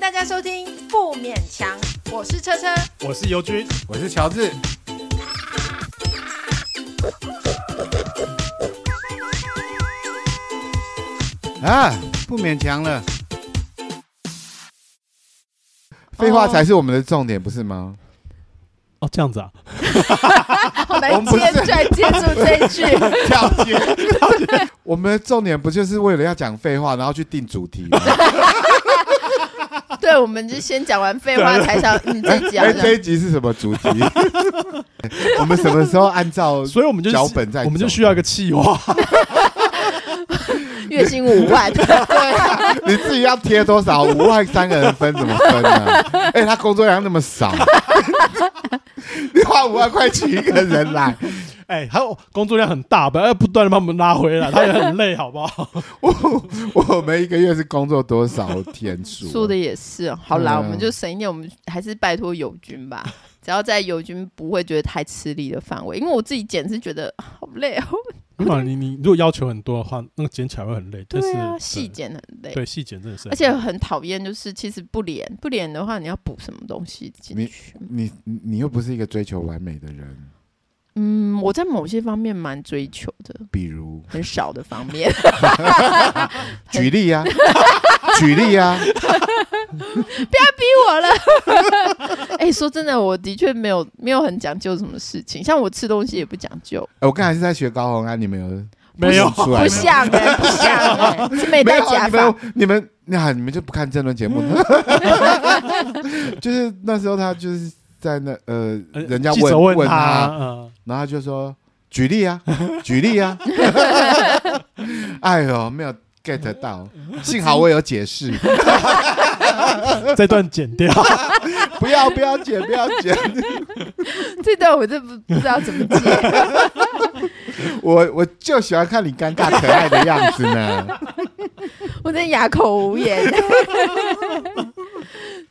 大家收听《不勉强》，我是车车。我是尤军，我是乔治，啊，不勉强了。废话才是我们的重点，不是吗？哦，这样子啊，我们我们不接是着接住这一句， 跳接， 我们的重点不就是为了要讲废话，然后去定主题 吗？对，我们就先讲完废话才想，嗯，这一集好哎，这像一集是什么 主题？我们什么时候按照所以我们就脚本在走我们就需要一个企划，月薪五万，对， 你自己要贴多少？五万三个人分怎么分呢、 哎、他工作量那么少， 你花五万块请一个人来， 哎，还有工作量很大，不要不断的把我们拉回 来，他也很累，好不好？我我们一个月是工作多少天数？啊说的也是。好啦，对啊我们就省一点，我们还是拜托友军 吧。只要在友军不会觉得太吃力的范围，因为我自己剪是觉得啊好累 哦。如果啊你你如果要求很多的话，那个剪起来会很累，但对是啊，细剪很累，对细剪真的是很而累，且很讨厌，就是其实不连不连的话，你要补什么东西进去？你你你又不是一个追求完美的人，嗯，我在某些方面蛮追求的，比如很少的方 面。举例 啊，举例啊，我了。 哎、说真的，我的确没有没有很讲究什么事情，像我吃东西也不讲究，哎我刚才是在学高洪安，你们有没有不是出来不了像哎、不像哎、是没没戴有假啊？你发们。你们那你们就不看政论节目？ 就是那时候他就是在那呃，呃人家记者问问他嗯然后他就说举例啊， 举例啊，哎呦，没有 get 到，幸好我有解释，这段剪 掉，不要不要解不要解， 这段我真不不知道怎么接。我我就喜欢看你尴尬可爱的样子呢。我真的哑口无言，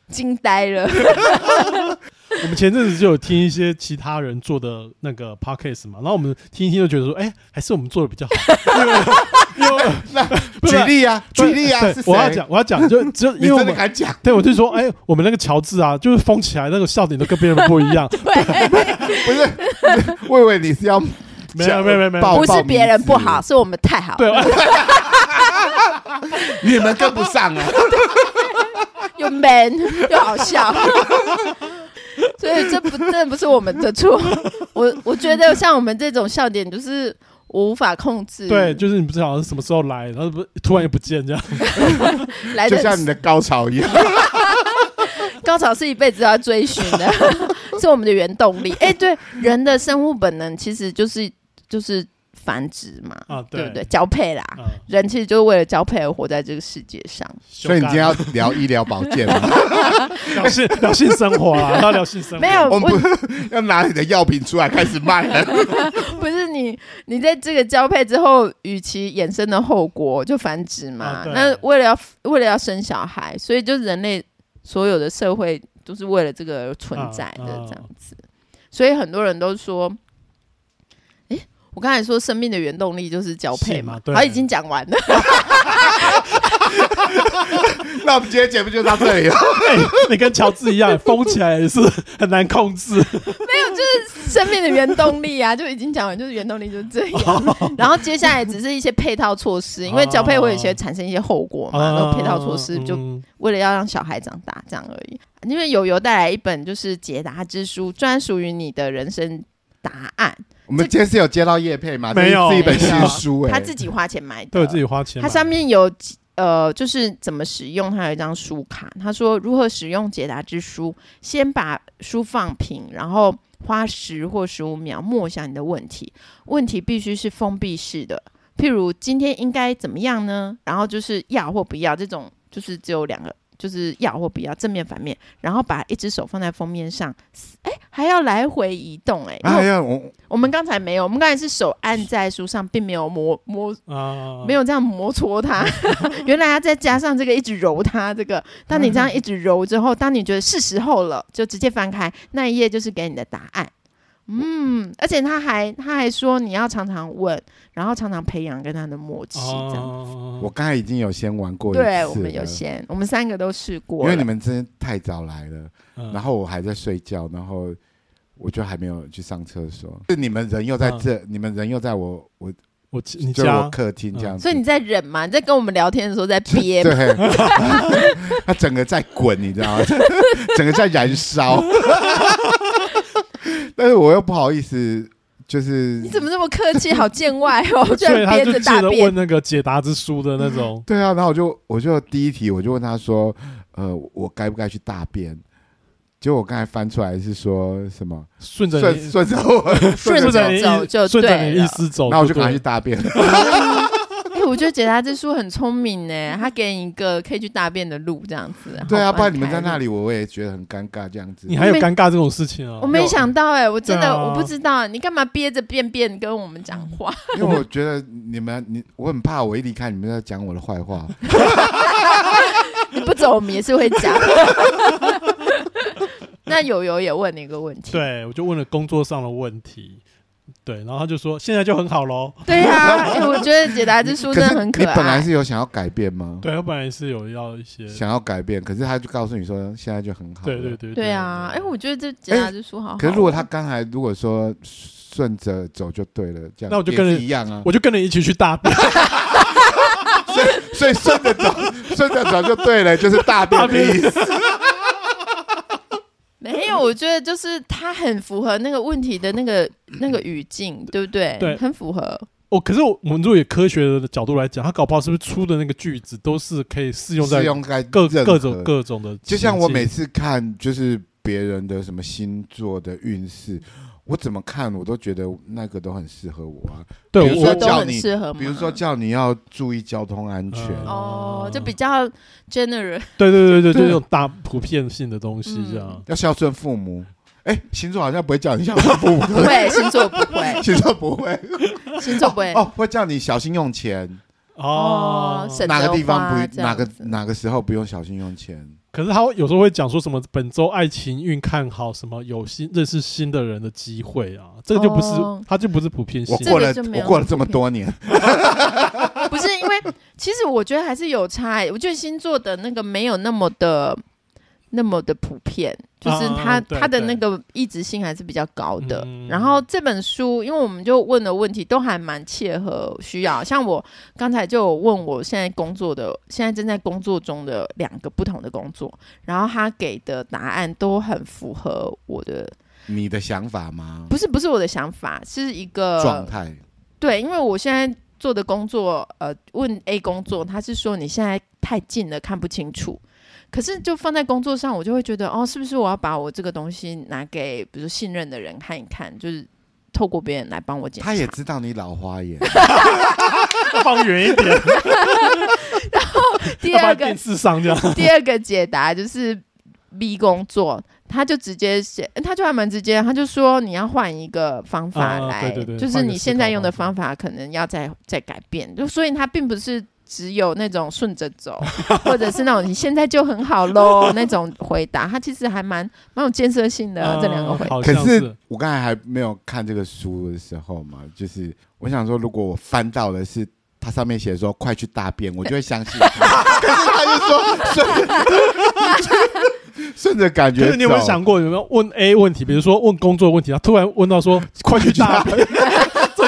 惊呆了。我们前阵子就有听一些其他人做的那个 podcast 嘛，然后我们听一听就觉得说，哎，还是我们做的比较 好，因为因为那 不是举例啊，举例啊，对是谁？我要讲，我要讲，就 就你因为我真的们敢讲？ 对，我就说，哎、我们那个乔治啊，就是疯起来那个笑点都跟别人不一 样。不是，魏魏，你是要没有，没有，没有，没爆有。不是别人不好，是我们太好，对，我你们跟不上啊？又 man 又好笑， 所以这不真的不是我们的错。我我觉得像我们这种笑点，就是我无法控 制。对，就是你不知道什么时候来，然后不突然也不见这样。来就的像你的高潮一样，高潮是一辈子都要追寻的， 是我们的原动力。哎、对，人的生物本能其实就是就是繁殖嘛，啊对对不对？交配啦，啊，人其实就是为了交配而活在这个世界上。所以你今天要聊医疗保健吗？ 聊性聊性生活啊，要聊性生活。没有，我我们不要拿你的药品出来开始卖了？ 不是你，你在这个交配之后，与其衍生的后果就繁殖嘛。啊对那为了要为了要生小孩，所以就人类所有的社会都是为了这个而存在的啊啊这样子。所以很多人都说，诶，我刚才说生命的原动力就是交配是嘛嘛，对好，已经讲完了。那我们今天节目就到这里了。 哎你跟乔治一样，疯起来也是很难控 制。生命的原动 力啊，就已经讲完，就是原动力就是这哦样。然后接下来只是一些配套措施，因为交配会有一些产生一些后果嘛，然后配套措施就哦嗯为了要让小孩长大这样而已。因为友友带来一本就是解答之书，专属于你的人生答案，我们今天是有接到叶配吗？没有这是一本新书哎、他自己花钱买都有的。自己花钱买。它上面有几呃，就是怎么使用，它有一张书卡，他说如何使用解答之书，先把书放平，然后花十或十五秒默想你的问题，问题必须是封闭式的，譬如今天应该怎么样呢？然后就是要或不要这种，就是只有两个。就是要或不要，正面反面，然后把一只手放在封面上，哎，还要来回移动、诶哎，哎呀，我我们刚才没有，我们刚才是手按在书上，并没有摸摸啊，没有有这样摩搓它， 原来要再加上这个一直揉它，这个当你这样一直揉之后，当你觉得是时候了，就直接翻开那一页，就是给你的答案。嗯，而且他还他还说你要常常问，然后常常培养跟他的默契，这样。哦我刚才已经有先玩过一次对，了，我们有先，我们三个都试过因了。为你们真的太早来了，嗯然后我还在睡觉，然后我就还没有去上厕所，是你们人又在这，你们人又在我我我嗯你就是我家嗯客厅这样子，所以你在忍嘛？你在跟我们聊天的时候在憋嘛？ 对， 他整个在滚，你知道吗？ 整个在燃烧。 但是我又不好意思，就是，你怎么这么客气？好见外 哦，居所以然他憋就着记大得便问。那个解答之书的那种对啊，然后我就我就第一题我就问他说，呃，我该不该去大便？结果我刚才翻出来是说什么顺着顺你顺着 我，顺着你走就意顺着对你了意思走，然后我就哦对赶了快去大 便了。 哎、我觉得解答之书很聪明呢，他给你一个可以去大便的路，这样子。嗯对啊，好不然你们在那帮开路。里，我也觉得很尴尬这样子你。还有尴尬这种事情啊我？没想到哎、我真对的、啊我不知道，你干嘛憋着便便跟我们讲 话？因为我觉得你们，你我很怕，我一离开你们就在讲我的坏话。你不走，我们也是会讲。 那友友也问你一个问 题，对，我就问了工作上的问题，对，然后他就说现在就很好喽。对呀、啊哎我觉得解答之书可真是的很你可爱。本来是有想要改变吗？对，我本来是有要一些，想要改变，可是他就告诉你说现在就很好。对对。对对啊，哎、我觉得这解答之书好好、可是如果他刚才如果说顺着走就对了，这样那我就跟也着是一样啊。我就跟你一起去大便， 所以所以顺着 走，顺着走就对了，就是大 便的意思。没有，我觉得就是他很符合那个问题的那个那个语境，对不对？对很符合。哦，可是我我们如果以科学的角度来讲，他搞不好是不是出的那个句子都是可以适用在是用在各任各何种各种的情境，就像我每次看就是别人的什么星座的运势，我怎么看我都觉得那个都很适合我啊。对比如说我都叫很你适合吗？比如说叫你要注意交通安全，嗯哦，就比较 general，对对对对，就对这种大普遍性的东西这样。要孝顺父母。哎、星座好像不会叫你孝顺父 母，对不不对 会，星座不会，星座不会星座不会。哦，会叫你小心用钱。哦，省哪得个地方花不这哪样个子哪个时候不用小心用钱？可是他有时候会讲说什么本周爱情运看好，什么有新认识新的人的机会啊，这个就不是哦，他就不是普遍性我的。过了这个就没我有过了这么多年， 不是因为，其实我觉得还是有差、欸。我觉得星座的那个没有那么的那么的普遍，就是啊它、对它的对那个一致性还是比较高的。嗯然后这本书，因为我们就问的问题都还蛮切合需要，像我刚才就有问我现在工作的，现在正在工作中的两个不同的工作，然后他给的答案都很符合我的，你的想法吗？不是不是我的想法，是一个状态对，因为我现在做的工作，呃，问 A 工作，他是说你现在太近了，看不清楚。可是就放在工作上，我就会觉得，哦，是不是我要把我这个东西拿给，比如说信任的人看一看，就是透过别人来帮我检查。他也知道你老花眼，放远一点， 第要不二然个电视上 这样。 第二个解答就是 B 工作，他就直接写，呃他就还蛮直接，他就说你要换一个方法啊来，对对对就是换一个你思现考在用的方方法可能要再再改变，就所以他并不是。只有那种顺着走， 或者是那种你现在就很好 喽那种回答，他其实还蛮蛮有建设性的、啊啊这两个回答。答可是是我刚才还没有看这个书的时候嘛，就是我想说，如果我翻到的是它上面写说“快去大便”，我就会相信他。 可是他就说顺着 顺着感可觉是走。你有没有想过，有没有问 A 问题，比如说问工作问题，他突然问到说快去大便， 这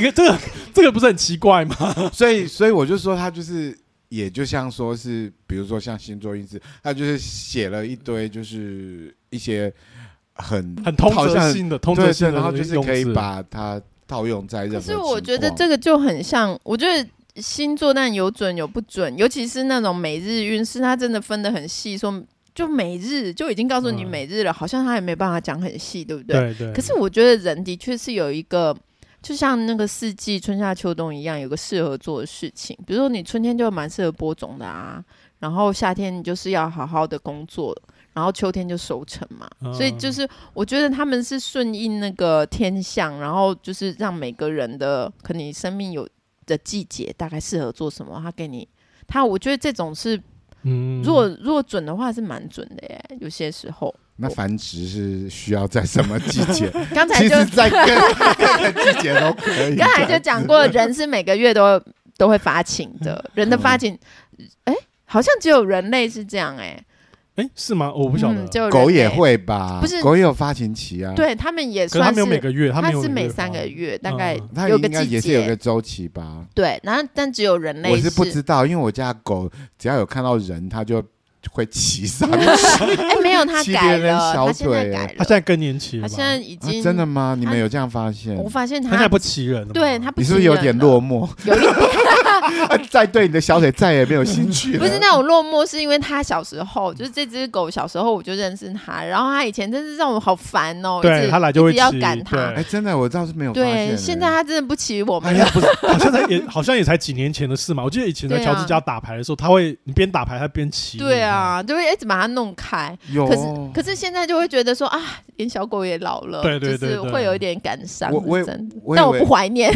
个这个这个这个不是很奇怪吗？所以，所以我就说他就是，也就像说是，比如说像星座运势，他就是写了一堆，就是一些很很通好则像性的通则对性对，的然后就是可以用字把它套用在任何可情是况。我觉得这个就很像，我觉得星座但有准有不准，尤其是那种每日运势，它真的分得很细，说就每日就已经告诉你嗯每日了，好像他也没办法讲很细，对不对？对对。可是我觉得人的确是有一个。就像那个四季春夏秋冬一样，有个适合做的事情。比如说，你春天就蛮适合播种的啊，然后夏天你就是要好好的工作，然后秋天就收成嘛。嗯所以就是，我觉得他们是顺应那个天象，然后就是让每个人的可能你生命有的季节大概适合做什么，他给你他，我觉得这种是嗯如果如果准的话是蛮准的耶，有些时候。那繁殖是需要在什么季节？刚 才其就实，在各 各个季节都可 以。刚才就讲过，人是每个月都 都会发情的，嗯人的发情，哎、好像只有人类是这样、哎，哎，是吗？我不晓得嗯，，就狗人也类，会吧？不是狗也有发情期啊。，对他们也可是它算没是有，每个月，它没有是每月三发个月大概嗯它有应个该季也是有节，个周期吧？对，然后但只有人类我是不知道，因为我家狗只要有看到人，它就会骑上去。哎，没有，他骑改别人了，小他现在腿改了，它现在更年期了他吧，现在已啊经、真的吗？你们它有这样发现？我发现它他现在不骑人了嘛，对他不你亲是不是有人点了落 寞？有一点再对你的小腿再也没有兴趣了。不是那种落寞，是因为他小时候就是这只狗小时候我就认识它，然后它以前真是让我好烦哦，一对，直它来就一会直要骑，赶它对 哎，真的，我倒是没有发现对，欸。现在它真的不骑我哎们呀了，，不是，好像才也好像也才几年前的事嘛。我记得以前在对啊乔治家打牌的时候，他会你边打牌他边骑。对，啊，就会一直把它弄开。有哦可是可是现在就会觉得说啊，连小狗也老了，对对对就对是会有一点感伤，我我也是真的我以但我为不怀念，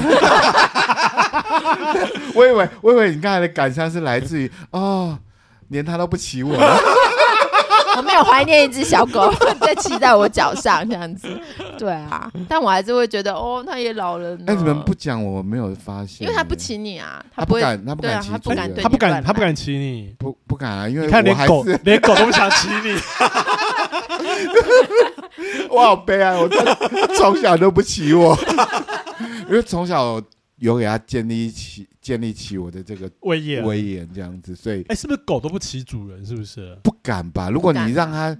我以为，我以为你刚才的感伤是来自于哦，连他都不骑我， 我没有怀念一只小狗在骑在我脚上这样子，对啊，但我还是会觉得哦，它也老了呢。哎，你们不，讲我没有发现欸，因为它不骑你啊，他它不不会敢，他不对啊敢骑他不主敢人对哎他不你敢，乱他不敢骑你。不不敢啊，因为你看，我连还狗是 连狗都不想骑你。我好悲哀，我他从小都不骑我， 因为从小有给他建立起建立起我的这个威严，威严这样子，所以哎，是不是狗都不骑主人？是不是？不敢吧？如果不敢哦你让他，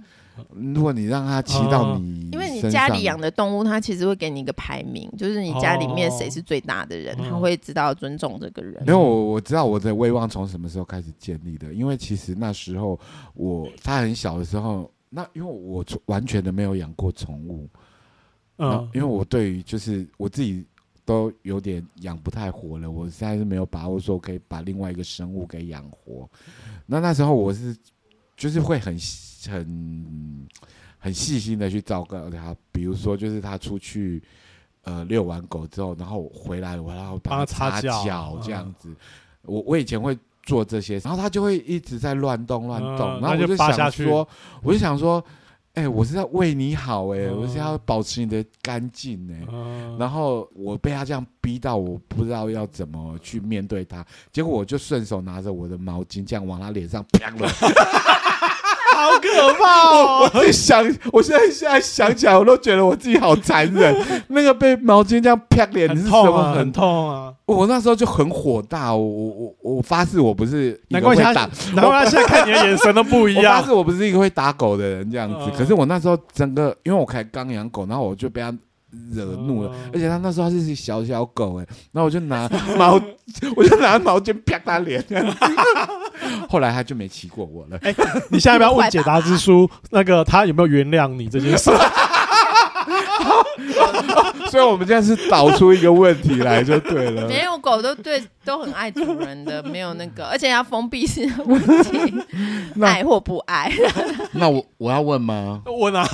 如果你让他骑到你身上，因为你家里养的动物，它其实会给你一个排名，就是你家里面谁是最大的人，哦它嗯会知道尊重这个人。没有，我我知道我的威望从什么时候开始建立的，因为其实那时候我他很小的时候，那因为我从完全的没有养过宠物，嗯、嗯，因为我对于就是我自己都有点养不太活了，我现在是没有把握说我可以把另外一个生物给养活。那那时候我是就是会很细很很细心的去照顾它，比如说就是它出去。呃，遛完狗之后，然后我回来，我然后帮它帮它擦脚脚这样嗯子。我我以前会做这些，然后它就会一直在乱动乱动，嗯然后那我就扒下想去说，我就想说，哎、我是在为你好、哎、嗯我是要保持你的干净、哎、嗯然后我被他这样逼到，我不知道要怎么去面对他，结果我就顺手拿着我的毛巾这样往 他脸上啪了。好可怕我哦！我在想，我现在现在想起来，我都觉得我自己好残忍。 那个被毛巾这样啪脸很是什痛么啊，很很痛啊！我那时候就很火大，我我我我发誓我不是一难个怪会他打，，难怪他现在看你的眼神都不一我发样誓。我不是一个会打狗的人这样子嗯，可是我那时候整个，因为我才刚养狗，然后我就被它惹怒了嗯，而且它那时候它是一只小小狗哎、然后我就 拿毛， 我就拿毛巾啪它脸，这样子 后来它就没骑过我了。哎，你现在不要 问解答之书，那个他有没有原谅你这件事？ 所以我们现在是导出一个问题来就对了。没有狗都对都很爱主人的，没有那个，而且要封闭式的问题，那爱或不 爱那我我要问吗？问啊！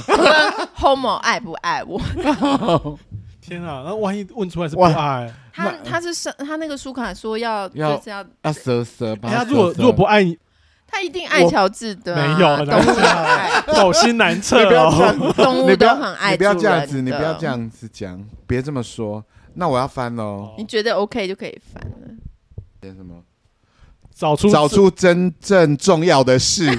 ，homo 爱不爱我？天啊，那万一问出来是不哇爱？他他是生他那个书卡说要要就是要，要蛇蛇吧。哎他它如果折折如果不爱你，他一定爱我乔治的啊，没有很动难物讲都爱，手心难测 你不要这哦。样动你物不都要很爱你不主要人的。这样子，你不要这，样子讲，别这么说。那我要翻喽。 哦你觉得 OK 就可以翻了。点什么？找出找出真正重要的事。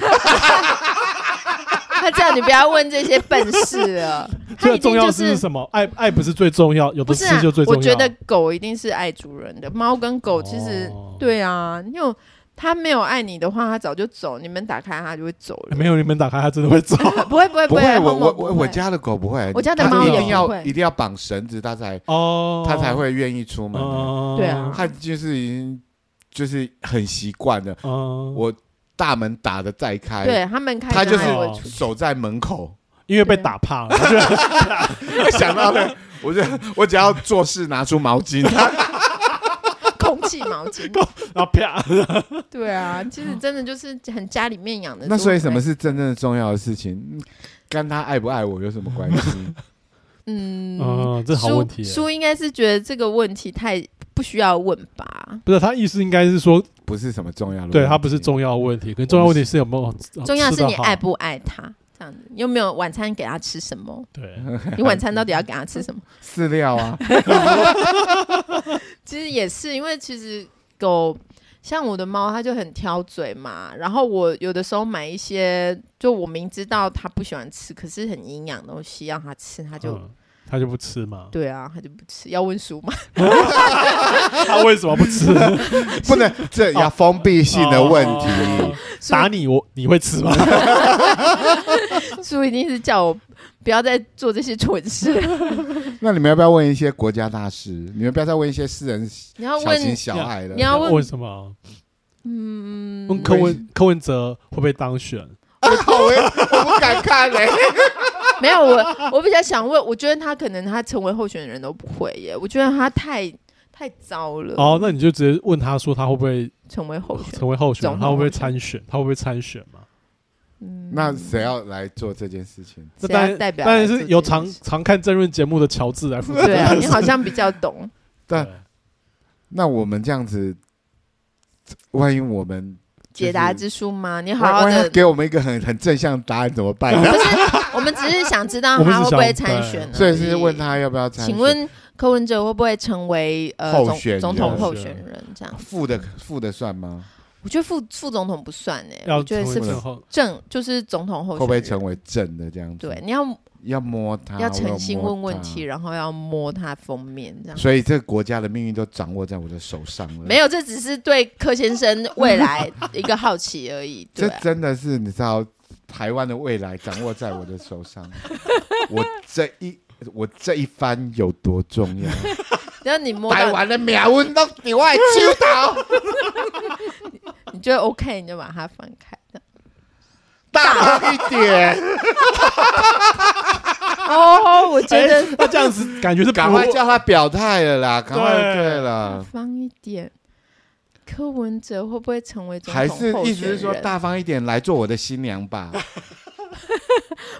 他叫你不要问这些笨事了，他 最一定重要就的是什么？爱爱不是最重要，有不的是啊吃就最？重我要。觉得狗一定是爱主人的，猫跟狗其实、哦对啊，因为它没有爱你的话，它早就走，你们打开它就会走了。哎没有你们打开，它真的会 走。不会不会不会，会，我后面我不我会我家的狗不会，我家的它猫一也定不要会一定要绑绳子，它才哦，它才会愿意出门的。嗯。对啊它就是已经就是很习惯了，嗯，我大门打的再开，对他们开着它就是它也会出守在门口。 因为被打怕啊了，就想到了，我就我只要做事拿出毛 巾，它空气毛巾。然后啪， 对啊，其实真的就是很家里面养的。那所以什么？是真正的重要的事情？嗯跟它爱不爱我有什么关系？嗯，嗯，这好书问题耶。书应该是觉得这个问题太不需要问吧？不是他意思应该是说，不是什么重要的，对他不是。重要的问题，可能重要问题是有没有嗯重要是哦你爱吃得好不爱它。这样子，又没有晚餐给他吃 什么？对，嗯你晚餐到底要给他吃什么？饲料啊， 其实也是因为其实狗像我的猫，它就很挑嘴嘛。然后我有的时候买一些，就我明知道它不喜欢吃，可是很营养的东西让它吃，它就、，嗯他就不吃嘛对啊，它就不吃。要问叔嘛，他为什么不吃？不能这要封闭 性的问题。 哦打你我你会吃吗？ 叔一定是叫我不要再做这些蠢事。 那你们要不要问一些国家大事？你们不要再问一些私人你要小问，情小爱啊了你。要问 为什么？嗯，问柯文柯文哲会不会当选？我靠，我也我不敢看嘞。欸没有我，我比较想问，我觉得他可能他成为候选人都不会耶，我觉得他太太糟了。哦，那你就直接问他说他会不会成为候选人，成为候选总人？统他会不候会选人参选？他会不会参选嘛？嗯那谁要来做这件事情？那谁当要然代表当然来做是这由件常事常看政论节目的乔治来负责。 对啊，你好像比较懂。对那我们这样子，万一我们解答之书吗？你好万好万一他的，给我们一个很很正向答案怎么办？不是，我们只是想知道我们他只会不会想参对选而已。所以是问他要不要参选？请问柯文哲会不会成为呃候总选人总统候是选人？这样，副的副的算吗？我觉得副副总统不算哎，要我觉得是成为副后正就是总统候会不选会人。成为正的这样子？对，，你要要摸他，要诚心问啊我要摸问他题，。然后要摸他封面这样。所以这个国家的命运都掌握在我的手上了。没有，这只是对柯先生未来一个好奇而已。对这啊、真的是你知道，台湾的未来掌握在我的手 上。我这一我这一番有多重要？只要你摸台到，湾的命运都在我的手头。你觉得 OK，你就把它翻 开。这样大一点，哦，我觉得哎那这样子感觉是赶不快叫他表态了啦！赶快对对了，方一点。柯文哲会不会成为总还统是候意选思是人？说大方一点来做我的新娘吧？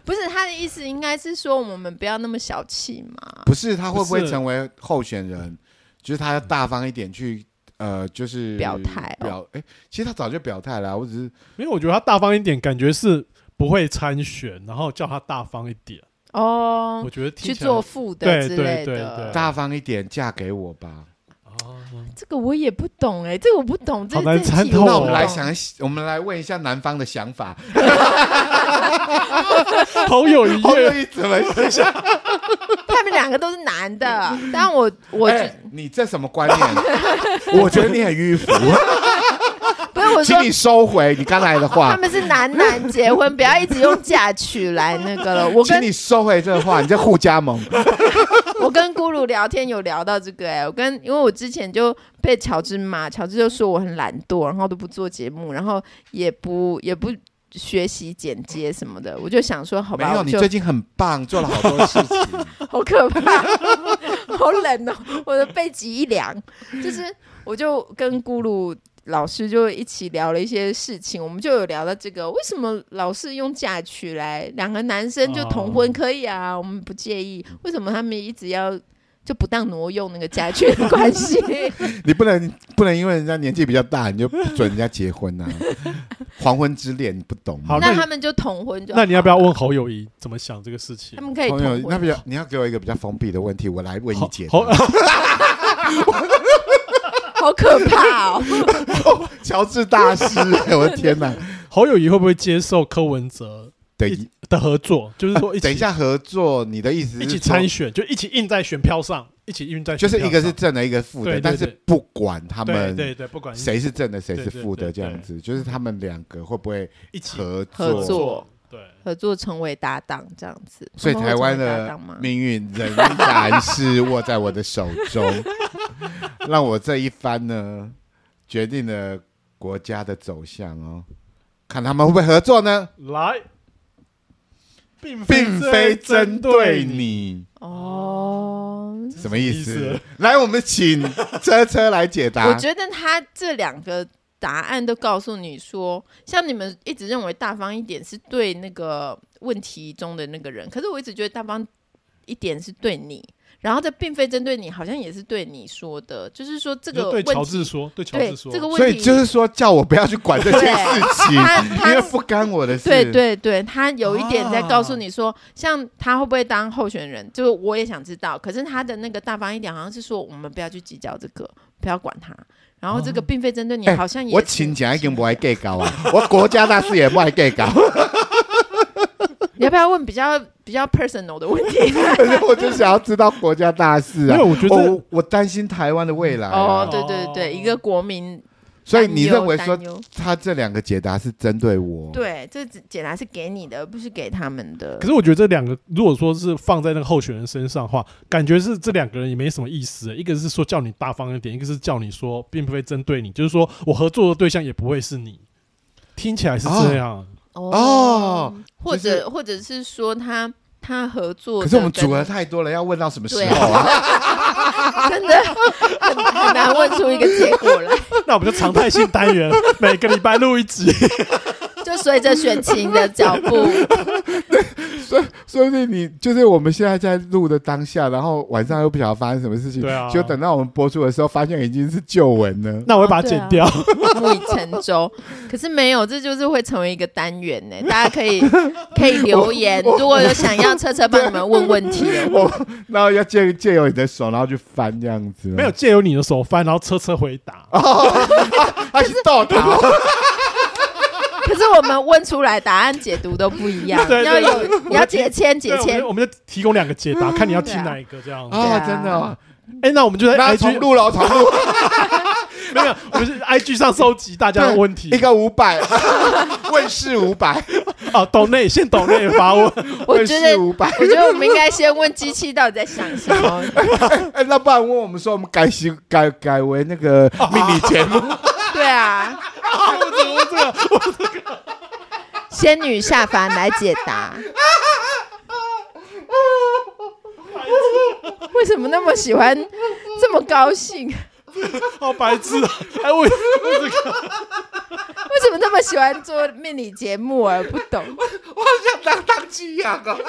不是他的意思，应该是说我们不要那么小气嘛。不是他会不会不是成为候选人？就是他要大方一点去，呃，就是表态哦表哎、其实他早就表态了啊，我只是没有，我觉得他大方一点，感觉是不会参选，然后叫他大方一点。哦我，觉得听去起来做副的对之对类对的对。大方一点，嫁给我吧。哦，这个我也不懂哎、这个我不懂，这好难这一参题透哦不那我们来懂想一，我们来问一下男方的想法，好有 愉后悦，面怎么想？他们两个都是男 的，但我我、哎你这什么观念？我觉得你很迂腐，不是我说请你啊收回你刚才的他话，们是男男结婚，不要一直用嫁娶来那 个了。我请跟你啊收回这话，你在互加盟。我跟咕噜聊天有聊到这个哎、我跟因为我之前就被乔治骂，乔治就说我很懒惰，然后都不做节目，然后也不也不学习剪接什么的，我就想说好没吧，有，我你就最近很棒，做了好多事情。好可怕， 好冷哦，我的背脊一凉。就是我就跟咕噜老师就一起聊了一些事情，我们就有聊到这个，为什么老是用嫁娶来？两个男生就哦同婚可以啊，我们不介意。为什么他们一直要就不当挪用那个嫁娶的关 系？你不能不能因为人家年纪比较大，你就不准人家结婚呐、黄昏之恋，你不懂吗好？那那你他们就同婚就好那你要不要问侯友谊怎么想这个事情他？们可以同朋友婚，那比较你要给我一个比较封闭的问题，我来为你解答。侯侯好可怕哦！ 乔治大师， 我的天哪！侯友谊会不会接受柯文哲等一的合作？就是说，等一，下合作，你的意思是一起参说，选，就一起印在选票上，一起印在就选票上是一个是正的，一个负的，对对但是对不管他对们对对，不管谁是正的，谁是对对负的，对这样子，就是他们两个会不会一起合合作？作对。合作成为搭档这样子，所以他们台会湾成为搭的档吗？命运仍然是握在我的手 中，让我这一番呢，决定了国家的走向哦。看他们会不会合作呢？来，并并非针对你，你，哦，什么意什么意思思？来，我们请车车来解答。我觉得他这两个答案都告诉你说，像你们一直认为大方一点是对那个问题中的那个人，可是我一直觉得大方一点是对你，然后这并非针对你，好像也是对你说的，就是说这你个说对问题，乔治说，对乔对治说，这个所问以题就是说，叫我不要去管这件事情，他因为他不干我的事。对对对，他有一点在告啊诉你说，像他会不会当候选人，就是我也想知道。可是他的那个大方一点，好像是说我们不要去计较这个，不要管他。然后这个哦并非针对你，哎好像也我是请假已经不爱 gay 搞啊， 我国家大事也不爱 gay 搞， 你要不要问比较比较 personal 的问 题？可是 我就想要知道国家大事啊没。有，我觉得我我担心台湾的未来、啊哦，，对对对，一个国民所以担你忧认为哦担说忧他这两个解答是针对我？，对，这只解答是给你的，不是给他们的可。是我觉得这两个，如果说是放在那个候选人身上的话，感觉是这两个人也没什么意思欸。一个是说叫你大方一点，一个是叫你说并不会针对你，就是说我合作的对象也不会是你。听起来是啊这样，哦，或就是者或者是说他他合作的可跟，是我们组合太多了，要问到什么时对候啊？ 真的很很难问出一个结果 来。那我们就常态性单元，每个礼拜录一集。就随着选情的脚步，说不定你就是我们现在在录的当下，然后晚上又不晓得发生什么事情，对啊就等到我们播出的时候，发现已经是旧闻了。 那我会把它剪啊掉。木已成舟。可是没有，这就是会成为一个单元呢。大家可以可以留言，如果有想要车车帮你们问问题的话，我 然后要借借由你的手，然后去翻这样子，没有，借由你的手翻，然后车车回答。他去逗他，可是我们问出来答案解读都不一样，对对要有对你要解签对解签我们就，我们就提供两个解答，看你要听对啊哪一个这样。啊啊，真的哦，哎，那我们就在那 IG 重录了，重录没有，我 们是 IG 上收集大家的问题 一个五 百，问世五百，啊，抖内先抖内发问。我问觉得世。五百。我觉得我们应该先问机器到底在想什么， 哎，那不然问我们说，我们改型改改为那 个命理节目，对啊，仙女下凡来解答。为什么那么喜欢这么高兴？为好白痴啊！哎， 我什么那么喜欢做命理节目啊？不懂。像当当机一样啊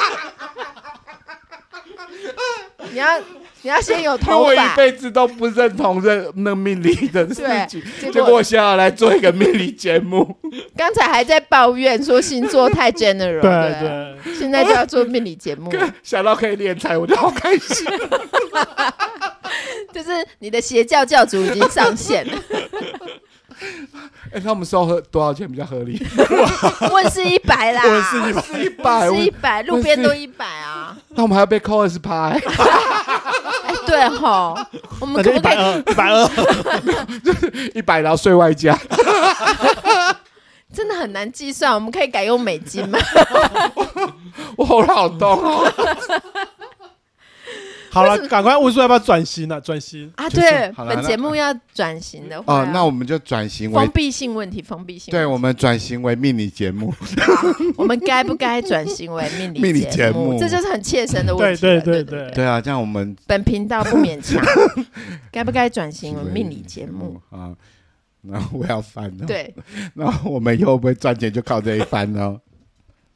哦。你要你要先有因为头我发一，辈子都不认同这那命理的事对情，结结果果我想要来做一个命理节目。刚才还在抱怨说星座太 general，对啊对啊对。对，现在就要做命理节目，想到可以敛财，我就好开心。 就是你的邪教教主已经上线 了。哎，那我们收合多少钱比较合 理？问是一百啦，问是100一百，是一百，路边问都是一百啊。那我们还要被扣二十趴。哎哎，对吼，那我们就可一不百可以二，一百二，一百然后税外加，真的很难计算？我们可以改用美金 吗？我喉咙好痛哦。好了，赶快问说要不要转型啊？转型啊，就是对，好啦本节目要转型的话，哦，那我们就转型为封，闭性问题，封闭性对问我们转型为命理节目。题，我们该不该转型为命理命理节目目？这就是很切身的问对题了。对对对对， 对啊，这样我们本频道不 勉强，该不该转型为命理节目？啊。然后我要翻了，，对，然后我们以后会不会赚钱就靠这一翻哦。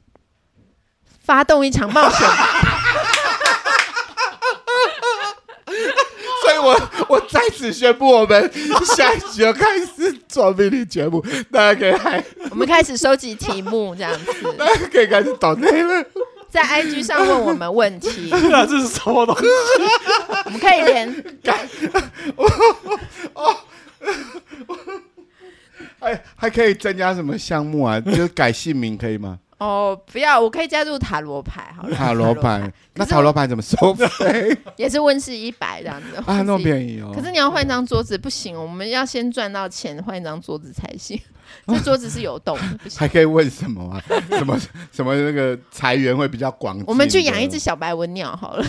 发动一场冒险，所以我我在此宣布，我们下一集就开始做命理节目，大家可以来 我们开始收集题目，这样子，大家可以开始抖内了。在 IG 上问我们问题，对 啊，这是什么东西？我们可以 连还还可以增加什么项目啊？就是改姓名可以吗？哦，不要，我可以加入塔罗牌好了，塔罗牌，那可是塔罗牌怎么收费也是问世一百这样子 啊？那么宜。便宜哦。可是你要换一张桌子不行，我们要先赚到钱，换一张桌子才行。 这桌子是有洞的，不行。还可以问什么啊？什么什么那个财源会比较广进的？我们去养一只小白文鸟好了。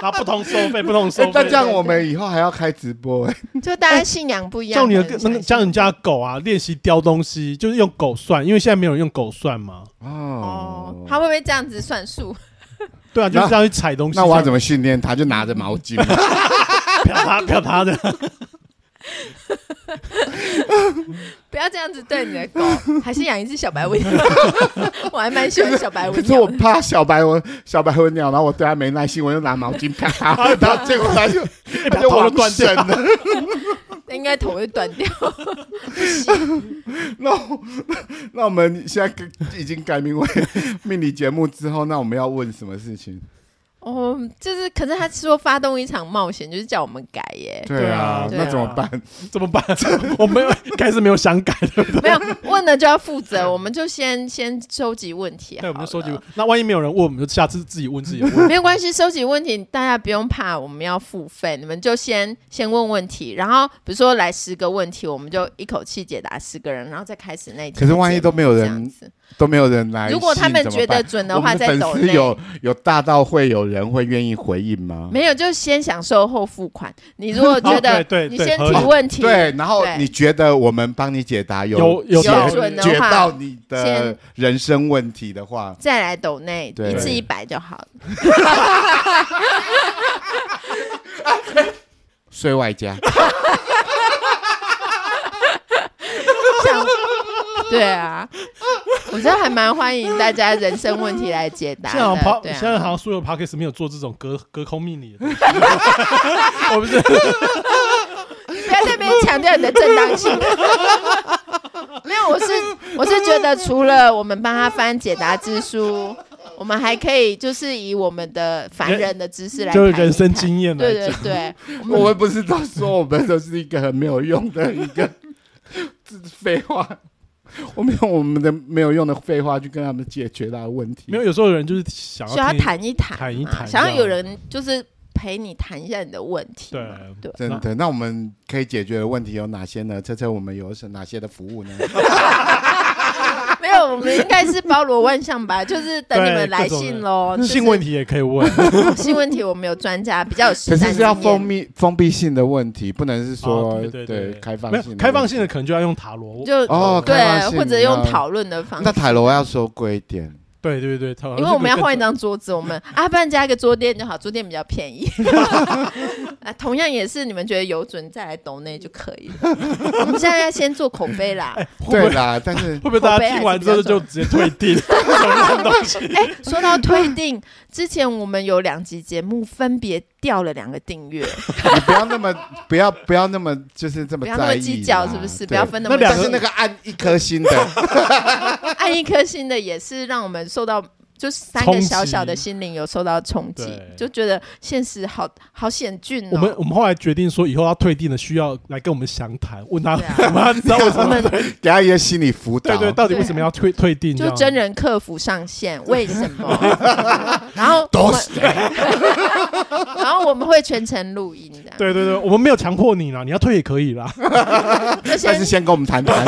然后不同收费，不同哎。收那费这。样我们以后还要开直播哎，就大家信仰不一样，叫你的可能那个相信教你家的狗啊，练习叼东西，就是用狗算，因为现在没有人用狗算嘛。哦，他会不会这样子算数？对啊，就是这样去踩东西。那我要么怎么训练他？就拿着毛巾， 表达表达的？不要这样子对你的狗， 还是养一只小白文鸟。 我还蛮喜欢小白可文是鸟我的。怕小白文小白文鸟，然后我对它没耐心，我就拿毛巾啪 它，然后结果它就它就头往都断掉了。那应该头会断掉。那我那我们现在跟已经改名为命理节目之后，那我们要问什么 事情？哦，就是，可是他说发动一场冒险，就是叫我们改耶。对啊，对啊那怎么办？ 怎么办？我没有，开始没有想改的。没有问了就要负 责，我们就先先收集问题。 对，我们就收集。。那万一没有人问，我们就下次自己问自己的问 题。没有关系，收集问题大家不用怕，我们要付费，你们就先先问问题，然后比如说来十个问题，我们就一口气解答十个人，然后再开始那一天的节目。可是万一都没有人这样子，都没有人来信，如果他们觉得怎么准办的话，我们再走粉丝内。有有大到会有人会愿意回应吗？没有，就先享受后付款。你如果觉 哦得对对你对先合理提问题，对，然后对你觉得我们帮你解答有有有解有准的话解到你的先人生问题的话，再来抖内对一次一百就好了。税外加。 像 对啊，我觉得还蛮欢迎大家人生问题来解答现在好像的。跑，对现啊，在好像所有 p o d c a s t 没有做这种隔隔空命理的 东西。我不是不要在那边强调你的正当 性。没有，我是我是觉得除了我们帮他翻解答之书，我们还可以就是以我们的凡人的知识来就是谈一人生谈经验来对讲对对，我们不是都说我们都是一个很没有用的一个自废话，我们用我们的没有用的废话去跟他们解决他的问题。没有，有时候有人就是想需要听谈一谈嘛，谈一谈想这要样有人就是陪你谈一下你的问题嘛，对真的，那我们可以解决的问题有哪些呢？测测我们有哪些的服务呢？没有，我们应该是包罗万象吧，就是等你对们来各种信人喽。哦就是性问题也可以问， 新问题我们有专家比较有实可战是是要经封验，闭封闭性的问题，不能是说、哦对对对对开放没有性的问题开放性的可能就要用塔罗。就哦，开放对，性或者用那讨论的方那式。塔罗要收贵一 点，对对对，塔罗因为我们要这个换一张桌子，我们啊，不然加一个桌垫就好，桌垫比较便宜。 啊，同样也是你们觉得有准再来抖内就可以了。 我们现在要先做口碑啦。更会对不会啦，但是会不会大口碑家还听是完比之后较就重直接退订？ 这 种东西哎、说到退订，之前我们有两集节目分别掉了两个订阅，你不要那么不要不要那么就是这么不要那在么意啦，计较，是不是？不对要分那那么两但细是那个按一颗星的， 按一颗星的也是让我们受到，就是三冲个击小小的心灵有受到冲击对， 就觉得现实好好险峻哦。我们我们后来决定说，以后要退订的需要来跟我们详谈，问他对啊 我们要知道为什我么们 给他一些心理辅导。对对，到底为什么要退退订？就真人客服上线，为什么？ 然后我都们， 是然后我们会全程录音的，对对对，我们没有强迫你啦，你要退也可以啦。就 但是先先跟我们谈谈，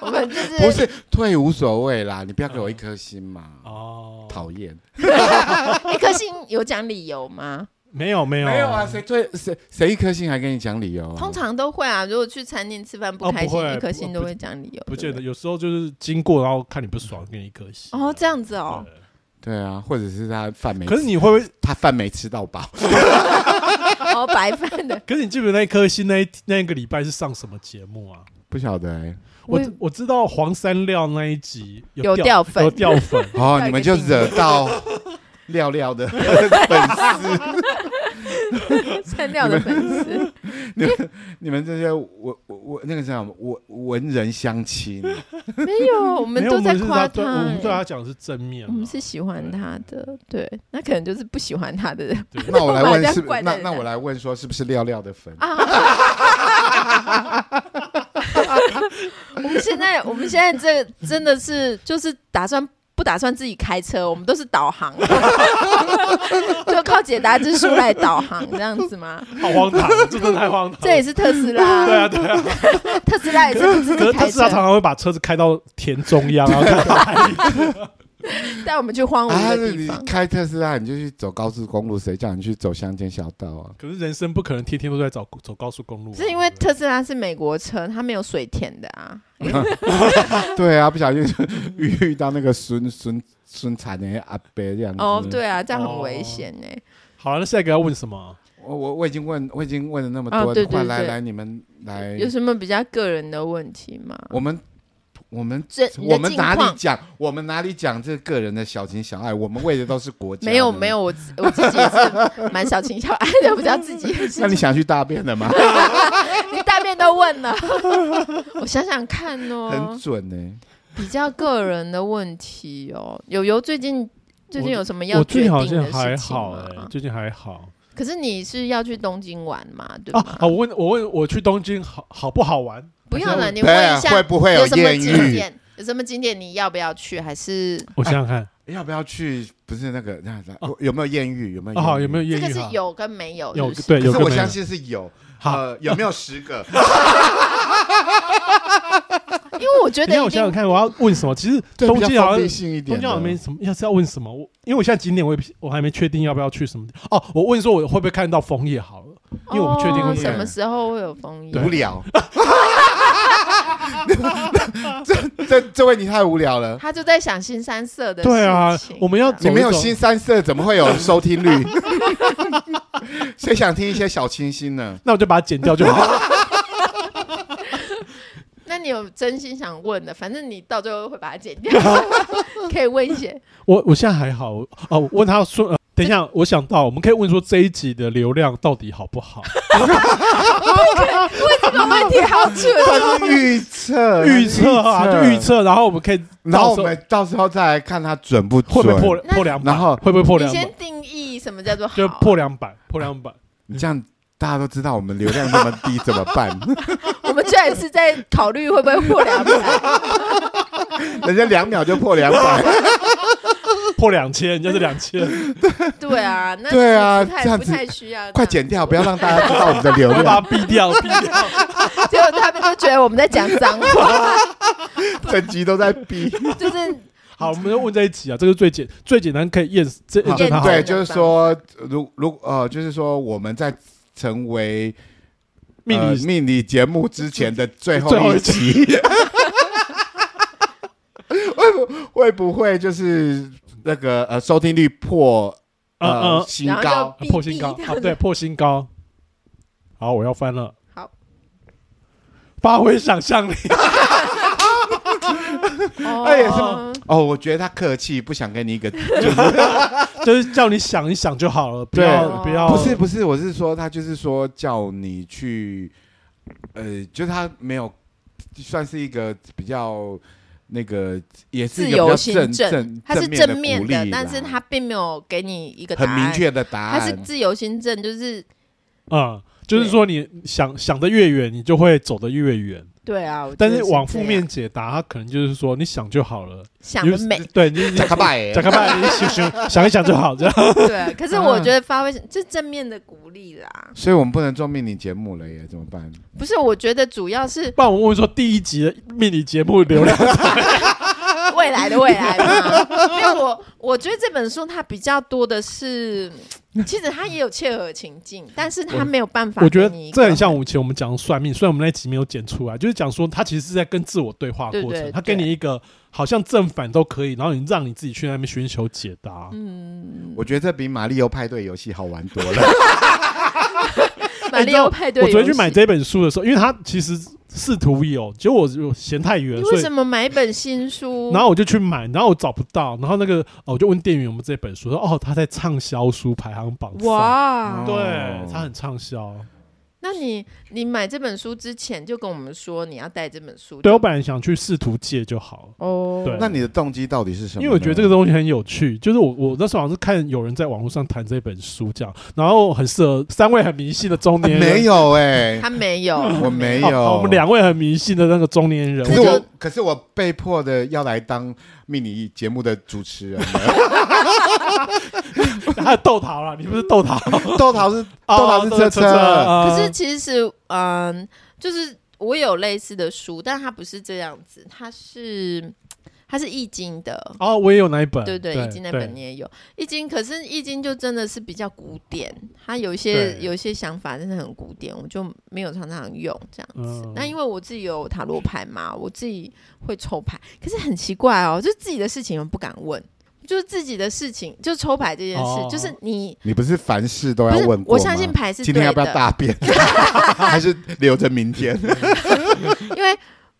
我们就不是是 退无所谓啦，你不要给我一颗心嘛，哦，讨厌。一颗星有讲理由吗？没有没有没有啊，谁退谁谁一颗心还跟你讲理由啊？通常都会啊，如果去餐厅吃饭不哦开不心，会一颗星不都会讲理由，不见得，对有时候就是经过，然后看你不爽，给你一颗星。不对。哦，这样子哦，对啊，或者是他饭没对。吃，可是你会不会？他饭没吃到饱，哦，白饭的， 可是你记不记得那一颗星那一那一个礼拜是上什么节目啊？不晓得 哎。，我我我知道黄山料那一集有掉粉有掉粉哦，你们就惹 到廖廖的粉丝，删掉的粉丝，你们这些我我我那个叫什么文文人相 亲，没有， 我没们有都我在们是夸在他对我们对欸他讲的是正面我嘛，们是喜欢他的，对，那可能就是不喜欢他的人那我来我把问人家是不怪在那人那家我来问说是不是廖廖的粉？啊。 我们现在，我们现在这个真的是就是打算不打算自己开车，我们都是导航， 就靠解答之书来导航这样子吗？好荒唐， 这真的太荒唐。这也是特斯拉，对啊，对啊，特斯拉也是不 自可己是特开斯拉车常，常会把车子开到田中央，啊 然后开到海里带我们去荒啊，芜那哦的地你方。开特斯拉你就去走高速公路，谁叫你去走乡间小道啊？ 可是人生不可能天天都在走走高速公路啊，是因为对不对特斯拉是美国车，它没有水田的啊。哦对啊，不小心就遇遇到那个 孙孙孙产的阿伯这样子。嗯哦哦，，对啊，这样很危险呢。好了，那下一个要问什么？我我我已经问，我已经问了那么啊多，对对快来对来，你们来，有什么比较个人的问题吗？我们我们这你的我们近哪里况讲，我们哪里讲这个人的小情小爱，我们为的都是国家。没有没。有，我自我自己也是蛮小情小爱的，不知道自己 的事那情。你想去大便 了吗？你大便都问了， 我想想看哦很，准欸呢、比较个人的问题哦。友友最近最近有什么要我决最近定好的事情像吗？还好哎、最近还好可是你是要去东京玩嘛？对啊吧？啊！我问我问我去东京好好不好玩？不用了，我你问对，一下啊会不会有什么艳景遇？点？有什么景点你要不要去？还是我想想看，要不要去？不是那个，那那有没有艳遇？有没有啊艳遇？哦好有没有这艳个遇是哈？有跟没有？有是不是对 可有是跟我没有相信是有。好呃，有没有十个？因为我觉等一下得一我想想定看，我要问什么？其实对东比较京好封像闭性一点东的。京好像没什么，要是要问什么？我因为我现在景点我也不我还没确定要不要去什么地哦，我问说我会不会看到枫叶好了，因为我不确定哦会不什会。么时候会有枫 叶对。无聊。这这这位你太无聊了，他就在想新三色的对啊事情我们要你没走有一走新三色，怎么会有收 听率？谁想听一些小清 新呢？那我就把它剪掉就好。 那你有真心想问的，反正你到最后会把它剪 掉，可以问一些。我我现在还好我哦。我问他说、呃等一下，我想到我们可以问说这一集的流量到底好不 好？这个问题好蠢哦，他是预测，预测啊，就预，测，然后我们可以然到后我时候们到时候再来看他准不准。会不会破那破两百？然后会不会破你两百先？定义什么叫做好就破两百，破两百。你这样大家都知道我们流量那么低怎么 办？我们居然是在考虑会不会破两百。人家两秒就破 两百，破两千，人家是两 千，对啊，那对啊不太这样不子太需要。快剪掉，不要让大家知道我们的流我 量把它。逼掉，逼掉。掉！结果他们就觉得我们在讲 脏话，整集都在逼。就是好，我们就问这一集啊，这个最简最简单可以验这好验证它好好对，就是说，如如呃，就是说我们在成为命呃理命理节目之前的最后最后一一集， 会不会不会就是那个呃收听率破嗯呃嗯新然后高？就破新高逼啊，对，破新高。好，我要翻了。好，发挥想象力。哎也是哦，哦，我觉得他客气，不想给你一个， 就是 就是叫你想一想就好了，不对哦要不要，不是不是，我是说他就是说叫你去，呃，就是他没有算是一个比较。那个也是一自个由比较行正政正，它是正正面鼓励的啦，但是它并没有给你一个答很案，明确的答它案，是自由新政，就是嗯，就是说你想想的越远，你就会走得越远。对啊。我觉但得是是往这负样面解答，他可能就是说你想就好了，想的你就 美，对你你加个拜讲，个半，你想想想一想就好，这样。 对，啊可是我觉得发挥这正面的鼓励 啦，所以我们不能做命理节目了耶，怎么办？不是？我觉得主要是不然我们问说第一集的命理节目流量，未来的未来嘛。没有我， 我觉得这本书它比较多的是，其实它也有切合情境，但是它没有办法我觉给你得一个这很像我们以前我们讲算命，虽然我们那一集没有剪出来，就是讲说他其实是在跟自我对话的过对对程，他给对你一个好像正反都可以，然后你让你自己去那边寻求解答。 嗯，我觉得这比马里奥派对游戏好玩多 了。哎马里奥派对。我昨天去买，这本书的时候，因为它其实试图有，结果我就嫌太远，你所为以什么买一本新书？然后我就去买，然后我找不到，然后那个哦，我就问店员有没有这本书，说哦，他在畅销书排行榜上，哇，哦对，它很畅销。那你你买这本书之前就跟我们说你要带这本书，对我本来想去试图借就好了。哦，对那你的动机到底是什么因呢？为我觉得这个东西很有趣，就是我我那时候好像是看有人在网络上谈这本书这样，然后很适合三位很迷信的中年人，没有哎，他没有，我 没哦有好我们两位很迷信的那个中年人，可这是就我我，可是我被迫的要来当命理节目的主持 人了。他豆桃了，你不是豆桃，豆桃是 豆桃是车车，车，呃可是其实，嗯，就是我有类似的书，但它不是这样子，它是它是易经的，哦，我也有那一本，对不对？易经那本你对也有，易经，可是易经就真的是比较古典，它有一些对有一些想法真的很古典，我就没有常常用这样子。嗯那因为我自己有塔罗牌嘛，我自己会抽牌，可是很奇怪哦，就自己的事情我不敢问。就是自己的事情，就抽牌这件事，哦就是你你不是凡事都不要是问过我吗相信牌是对今天要不要的大便， 还是留着明天？因为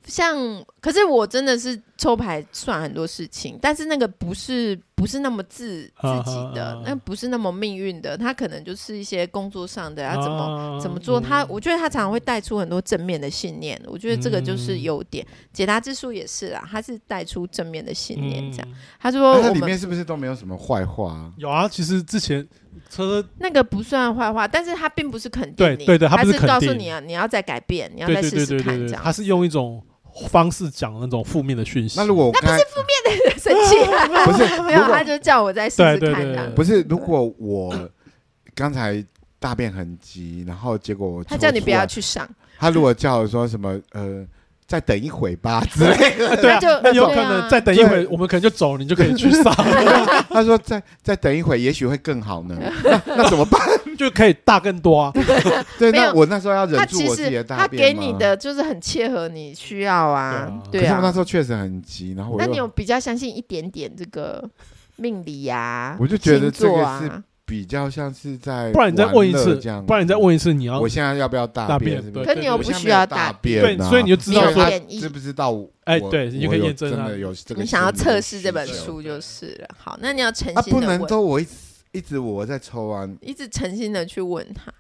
像，可是我真的是抽牌算很多事情，但是那个不是不是那么自啊自己啊啊的，那不是那么命运的，他可能就是一些工作上的哦啊要怎么。么怎么做？嗯他我觉得他常常会带出很多正面的信念，我觉得这个嗯就是优点。解答之书也是啦，他是带出正面的信念，这样。嗯他说那我里们面是不是都没有什么坏话啊？有啊，其实之前车车那个不算坏话，但是他并不是肯定对你，对的他他不是肯告诉定你啊，你要再改变，你要对再对试对试对看对这对，样。他是用一种方式讲那种负面的讯息。那如果我刚才 生 气了，不是，没有，如他果就叫我再试对试对看对这样对。不是，如果我刚才大便很急，然后结果我他抽叫你出不要来，去上，他如果叫我说什么呃，再等一会吧 之类的，对啊那就，那有可对啊能再等一会对儿，我们可能就走，你就可以去啊上，他说再再等一会，也许会更好 呢。那那怎么办？就可以大更多啊。对，没有那我那时候要他忍住其我自己实的他大给便吗你，的就是很切合你需要啊，对对可是我那啊时。候确实很急，然后我那你有又比较相信一点点这个命理呀？我就觉得这星个座是啊，比较像是在不然你再问一玩乐次这样，，不然你再，问一次，你要我现在要不要大大便？便是不是对可你又呃我不现在需没有要大大，便啊，对所以你就知道所以说他建议知不知道我？哎对你就可以我有验证啊真的有这个。你想要测试这本书就是了。好，那你要诚啊，心不的能问，都我一直一直我在抽啊，一直诚心的去问他，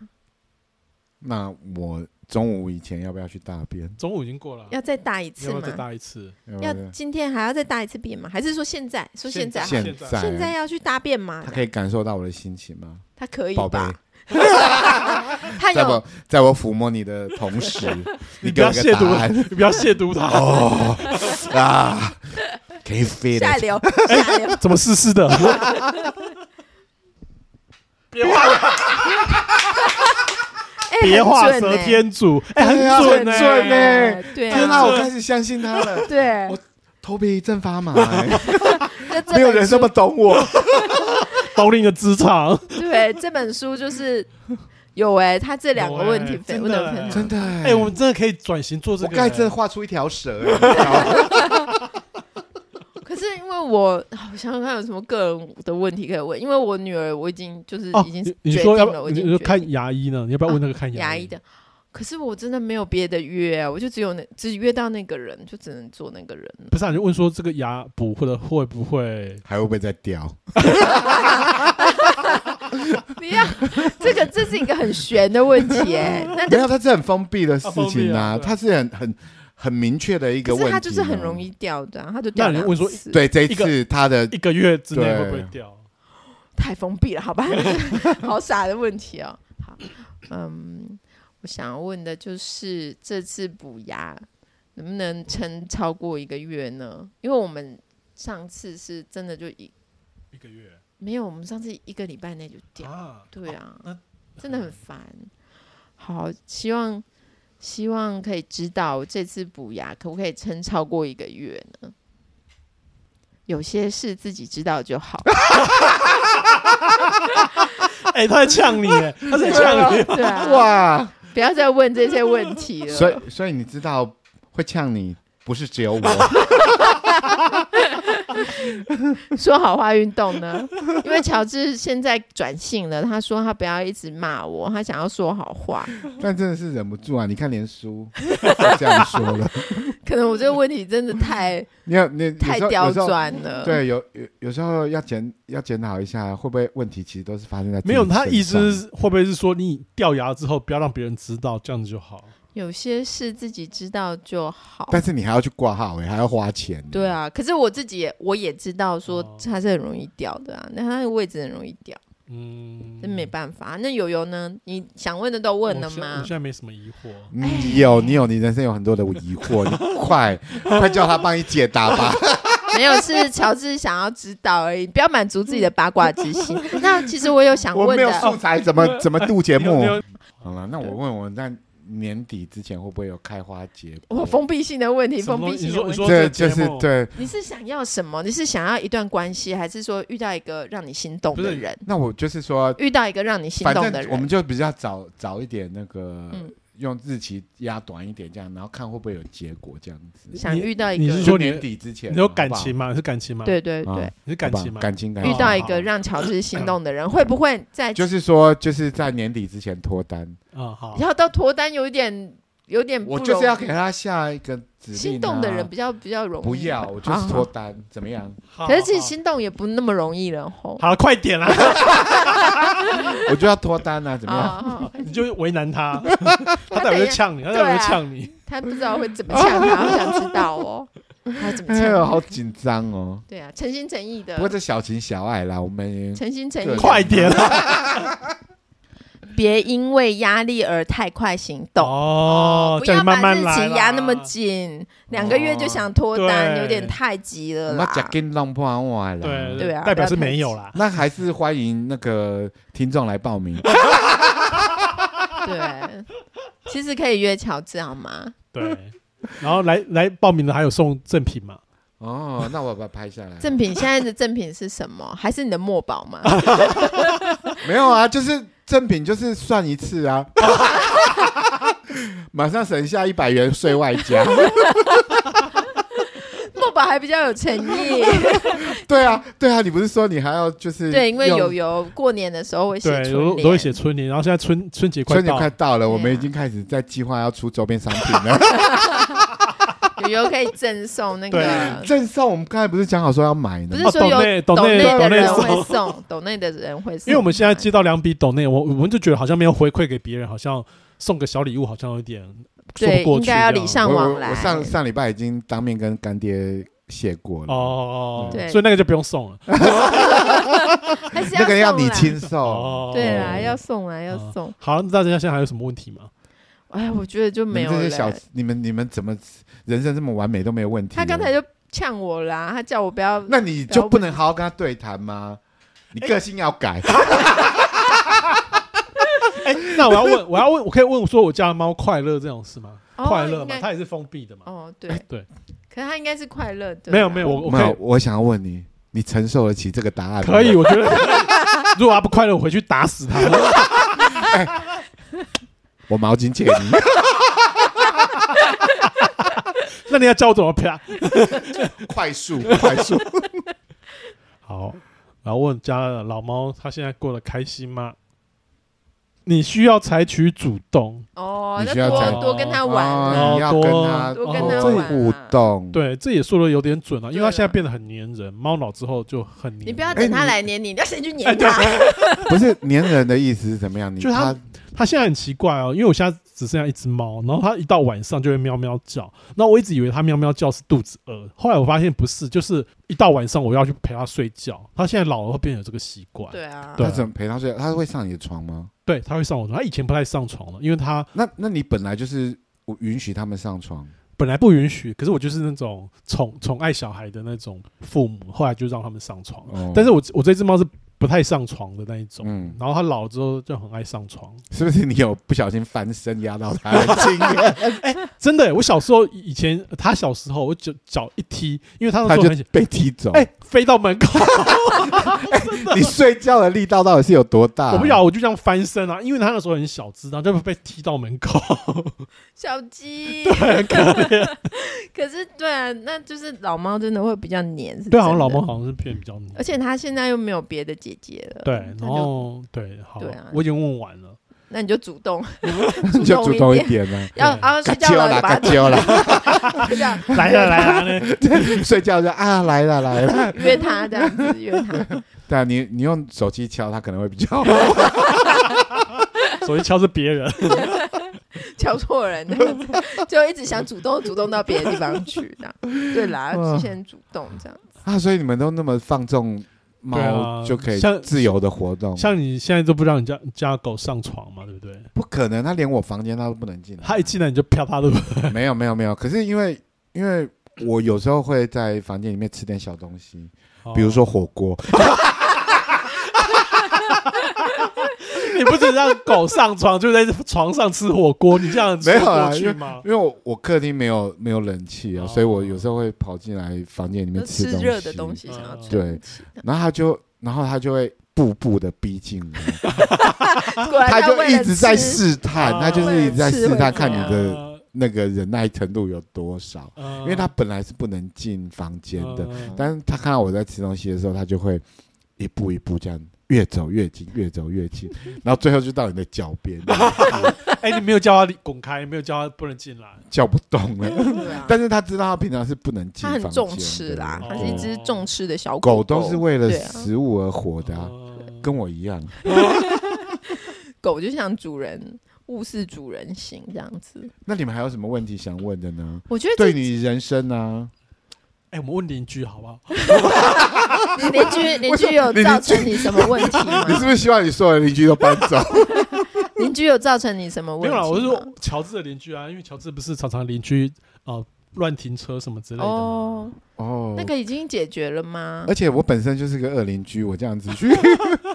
那我中午以前要不要去大便？中午已经过了啊，要再大一你次要不要再吗？大一次？要不要要大今天还要再大一次便吗？还是说现在？说现在好了？现在啊现在要去大便吗他？可以感受到我的心情吗？他可以宝贝， 吧？他在有我在我抚摸你的同时，你不给要我亵个答渎，案你不要亵渎他。哦啊，可以飞的下 流，下流。怎么湿湿的？别画了，哎别画很准蛇欸添足，哎，很对啊准呢，很准欸哎对天啊，哪，我开始相信他 了，对我，头皮一阵发麻，那这没有本人这书么懂我。懂你的职场，哎对这本书就是有哎，他这两个有欸问题分不真的能分欸享，真的欸，哎，我们真的可以转型做这我个欸。刚才真的画出一条蛇欸，你知道吗可是因为我，啊我想想看有什么个人的问题可以问，因为我女儿我已经就是哦已经，你你决说定要了，不我已你经说决定看牙医呢？你要不要问那个看牙医医？的。可是我真的没有别的约啊，我就只有那只约到那个人，就只能做那个人 了。不是啊，你就问说这个牙补或者会不会？还会不会再掉？不要，这个这是一个很悬的问 题哎、那没就有，它是很封闭的事啊封闭情啊啊，对啊它是很很很明确的一个可问是题啊。他就是很容易掉的啊、他就掉那你两问说次对这一一个次他的一个月之内对会不会掉？太封闭了，好吧？好傻的问题哦。好，嗯，我想要问的就是这次补牙能不能撑超过一个月呢？因为我们上次是真的就一一个月没有，我们上次一个礼拜内就掉，啊，对啊，那真的很烦。好，希望希望可以知道这次补牙可不可以撑超过一个月呢？有些事自己知道就好。哎，他在呛你，哎，他在对呛啊你。对啊，哇，不要再问这些问题了。所以所以你知道会呛你，不是只有我， 说好话运动呢？ 因为乔治现在转性了，他说他不要一直骂我，他想要说好话。但真的是忍不住啊！你看连书都这样说了， 可能我这个问题真的太你有你有 太时候刁有时候钻 了。，对，有有有时候要检要检讨一下，会不会问题其实都是发生在自己没有，他身意思上是会不会是说你掉牙之后不要让别人知道，这样子就好？有些事自己知道就好。但是你还要去挂号，哎，还要花钱。对，啊，可是我自己也我也知道说哦它是很容易掉的啊，那它的位置很容易掉，嗯，真没办法。那友友呢？你想问的都问了我现我吗 现？在没什么疑惑。你嗯有你有，你人生有很多的疑惑，你快快叫他帮你解答吧。没有，是乔治想要知道而已，不要满足自己的八卦之心。 那其实我有想我问没有的，素材，怎么嗯怎么录节你有目你？有好了，那我问我在年底之前会不会有开花结我果？封闭性的问题，什么封闭性你的说问你题。说这这就个节是目对。你是想要什么？你是想要一段关系，还是说遇到一个让你心动不的是人？那我就是说，遇到一个让你心反动的正我人们，就比较早早一点那个嗯用日期压短一点，这样，然后看会不会有结果，这样子。想遇到一你个是就说你年底之前，你有好不好感情吗？是感情吗？，对对啊对，你是好感不好情吗？感情感好遇情，到一好个让乔治心动的 人，会不会在就是说，就是在年底之前脱单，啊，好，要到脱单有点有点不我容就是要给他下一个指令、啊。心动的人比较比较容易吧，不要，我就是啊脱单，怎么样？好可是其实好心动也不那么容易了吼。好了，快点啊啦！ 我就要脱单啊，怎么样？啊，好你就为难 他，他他待等会一就下呛你，他对啊待会就呛你。他不知道会怎么呛他，我想知道哦，他怎么哎呦，呛？好紧张哦。对啊，诚心诚意不过的，这小情小爱啦，我们诚心诚意对地，快点啊啦！别因为压力而太快行动。哦，不叫要你慢把慢日来啦。期压那么紧，两个月就想脱哦单，对有点太急了那啦。假金浪破完啦。对对啊代表是不要太没有啦。那还是欢迎那个听众来报名。对，其实可以约乔治好吗？对，然后来来报名的还有送赠品 嘛？哦，那我把它拍下来。赠品现在的赠品是什么？还是你的墨 宝吗？没有啊，就是赠品就是算一次 啊，马上省下一百元税外 加。墨宝还比较有 诚意。对啊，对啊，你不是说你还要就是对，因为用有油过年的时候会写对，春我联，都会写春联，然后现在春春节快春节到快了，到了，对啊我们已经开始在计划要出周边商品 了。有油可以赠送那个对，郑少，我们刚才不是讲好说要买不的吗？是说哦有抖内抖内内的人抖内会送，抖内的人会送，因为我们现在接到两笔抖内，我我们就觉得好像没有回馈给别人，好像送个小礼物好像有点说对不过应去这该要样。礼尚我往我来。我上上礼拜已经当面跟干爹谢过了。哦哦，哦对啊所以那个就不用送了。还是那个要要你送啦亲手，哦，对啦，要送啦，要送。好，那大家现在还有什么问题吗？哎，我觉得就你没们有这些小了。，你们你们怎么人生这么完美都没有问题？他刚才，就呛我啦，他叫我嗯不要。那你就不能好好跟他对谈吗？你个性要改， 哎，那我要问，我要问，我可以问说我家的猫快乐这种事吗？哦快乐嘛，应该它也是封闭的嘛。哦， 啊对哎对。可是他应该是快乐的啦。没有没有，我我没可以有，我想要问你，你承受得起这个答案吗？可以，我觉得如果他不快乐，我回去打死他。我毛巾 借你，那你要教我怎么啪？快速快 速。好，然后问家的老猫，他现在过得开心吗？你需要采取主动，哦，你那需要讲多多跟他玩哦啊。哦你要跟他多跟他哦玩啊互 动。对，这也说的有点准啊，因为对他现在了变得很粘人，猫老之后就很粘人。你不要哎等他你来黏你，你要先去哎，黏对他。，不是粘人的意思是怎么样？你就他他现在很奇怪哦，因为我现在只剩下一只猫，然后它一到晚上就会喵喵叫。那我一直以为它喵喵叫是肚子饿，后来我发现不是，就是一到晚上我要去陪它睡觉。它现在老了会变成有这个习惯，对啊，对他怎么陪他睡？他会上你的床吗？对，它会上我床。它以前不太上床了，因为它那那你本来就是我允许他们上床，本来不允许，可是我就是那种宠宠爱小孩的那种父母，后来就让他们上床。哦但是我我这只猫是不太上床的那一种，嗯，然后它老了之后就很爱上床。是不是你有不小心翻身压到他的 经验？真的耶，我小时候以前它小时候，我脚脚一踢，因为它那他时就候哦很小。被踢走。哎、飞到门口，你睡觉的力道到底是有多大？我不晓得，我就这样翻身啊，因为他那时候很小只，然后就被踢到 门口。小鸡。啊 可是对啊，那就是老猫真的会比较黏，是对，好像真的老猫，好像是变比较黏而且它现在又没有别的姐姐了，对，那然就后对，好，对啊我已经问完了。那你就主动 你就主动一点呢。要 对啊嘎睡觉啾啦，了，嘎把它啾啦，这样来了来啊了 来了，睡觉就啊来了来了。约它这样子约它，对啊，你你用手机敲他可能会比较好。手机敲是别人。 敲错人，就一直想主动主动到别的地方去这样，对啦，嗯先主动这样，啊，所以你们都那么放纵对猫，啊就可以像自由的活动。像你现在都不让你家家狗上床嘛，对不对？不可能，他连我房间他都不能进来。它一进来你就啪 它的，没有没有没有，可是因为因为我有时候会在房间里面吃点小东西，比如说火锅。哦你不是让狗上床就在床上吃火锅，你这样 没有啊说得去吗？因为我我客厅没有没有冷气啊，哦所以我有时候会跑进来房间里面就吃东热的东西想嗯要吃，对，然后他就然后他就会步步的逼近我，果然他要就为一了直在吃试探，啊他就是一直在试为了探吃看你的呃，那个忍耐程度有多少，哦因为他本来是不能进房间的，的但是他看到我在吃东西的时候，他就会一步一步这样越走越近，越走越近，然后最后就到你的脚边，哎，你没有叫他滚开，没有叫他不能进来，叫不动 了。对啊但是他知道他平常是不能进它房很间的，重吃啦，对它是一只重吃的小狗狗都是为了对啊食物而活的啊、嗯跟我一样。狗就像主人物是主人型这样子。那你们还有什么问题想问的呢？我觉得这对你人生啊，哎，我们问邻居好不好？ 你邻居邻居有你邻居造成你什么问题吗？ 你是不是希望你所有的邻居都搬 走？邻居有造成你什么没问有题啦，吗？我是说乔治的邻居啊，因为乔治不是常常邻居啊乱停车什么之类的吗。哦，哦，那个已经解决了吗而？且我本身就是个恶邻居，我这样子去，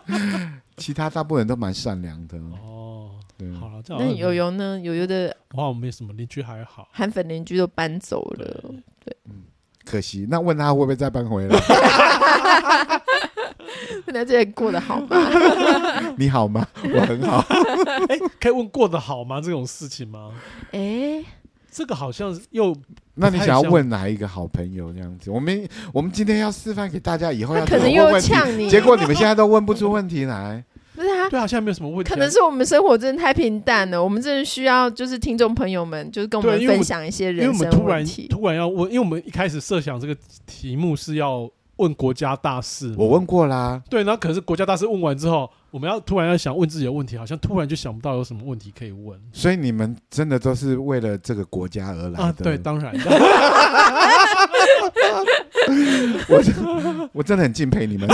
其他大部分人都蛮善良的。哦，对，啊好了，这样那友友呢？友友的哇，我没什么邻居还好。韩粉邻居都搬走了，对可惜。那问他会不会再搬回 来？那这里过得好吗？你好吗？我很好。哎，可以问过得好吗？这种事情吗？哎，这个好像是又那你想要问哪一个好朋友这样子？我们我们今天要示范给大家，以后要那可能怎么问又问 题。呛你，结果你们现在都问不出问 题来，不是啊，对啊，现在没有什么问题啊。可能是我们生活真的太平淡了，我们真的需要就是听众朋友们，就是跟我们对因为我分享一些因为人我们生突问然题。突然要问，因为我们一开始设想这个题目是要问国家大事嘛，我问过啦。对，然后可是国家大事问完之后，我们要突然要想问自己的问题，好像突然就想不到有什么问题可以问所以你们真的都是为了这个国家而来啊。的。对，当 然，我真的很敬 佩你们。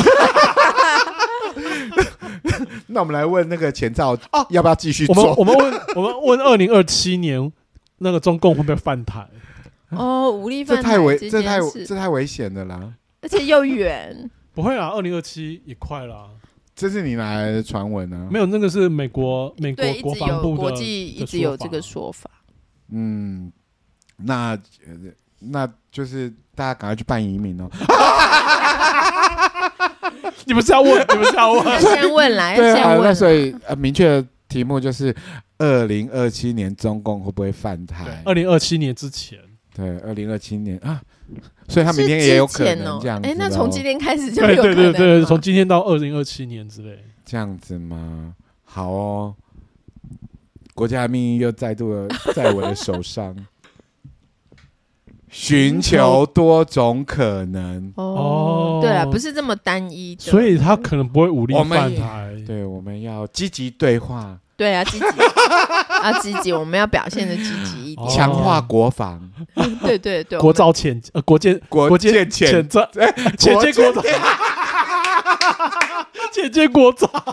那我们来问那个前兆啊要不要继续我们做？我们问我们问二零二七年那个中共会不会犯台？哦，武力这犯太台危，这这太件事，这太危险的啦！而且又远，不会啊，二零二七也快了啊、这是你拿来的传闻啊没？有那个是美国美国对，一国直防有部国的际一的直说有法啊这个说法。嗯，那呃那就是大家赶快去办移民哦。你不是要问，你不是要 要问，先问来，要对啊先，那问所啦。以呃，明确的题目就是二零二七年中共会不会犯台？二零二七年之前，对，二零二七年啊，所以他是明天之也有可前能哦这样子咯。哎，那从今天开 始就对有对可对能啊对，吗从今天到二零二七年之类。这样子吗？好哦，国家的命运又再度的在我的手上， 寻求多种可能。哦，对啊，哦不是这么单一的，所以他可能不会武力我们犯也台。对，我们要积极对话，对啊， 积极要积极，我们要表现的积极一哦点。强化国防，对对对，国我们造潜呃国建国建潜潜造潜舰 国造，潜舰国造，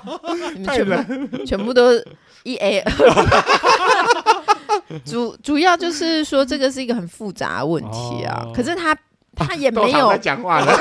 你们太全部全部都一 A 二。主主要就是说，这个是一个很复杂的问题 啊。哦可是他他也 都没常有在，讲话 了。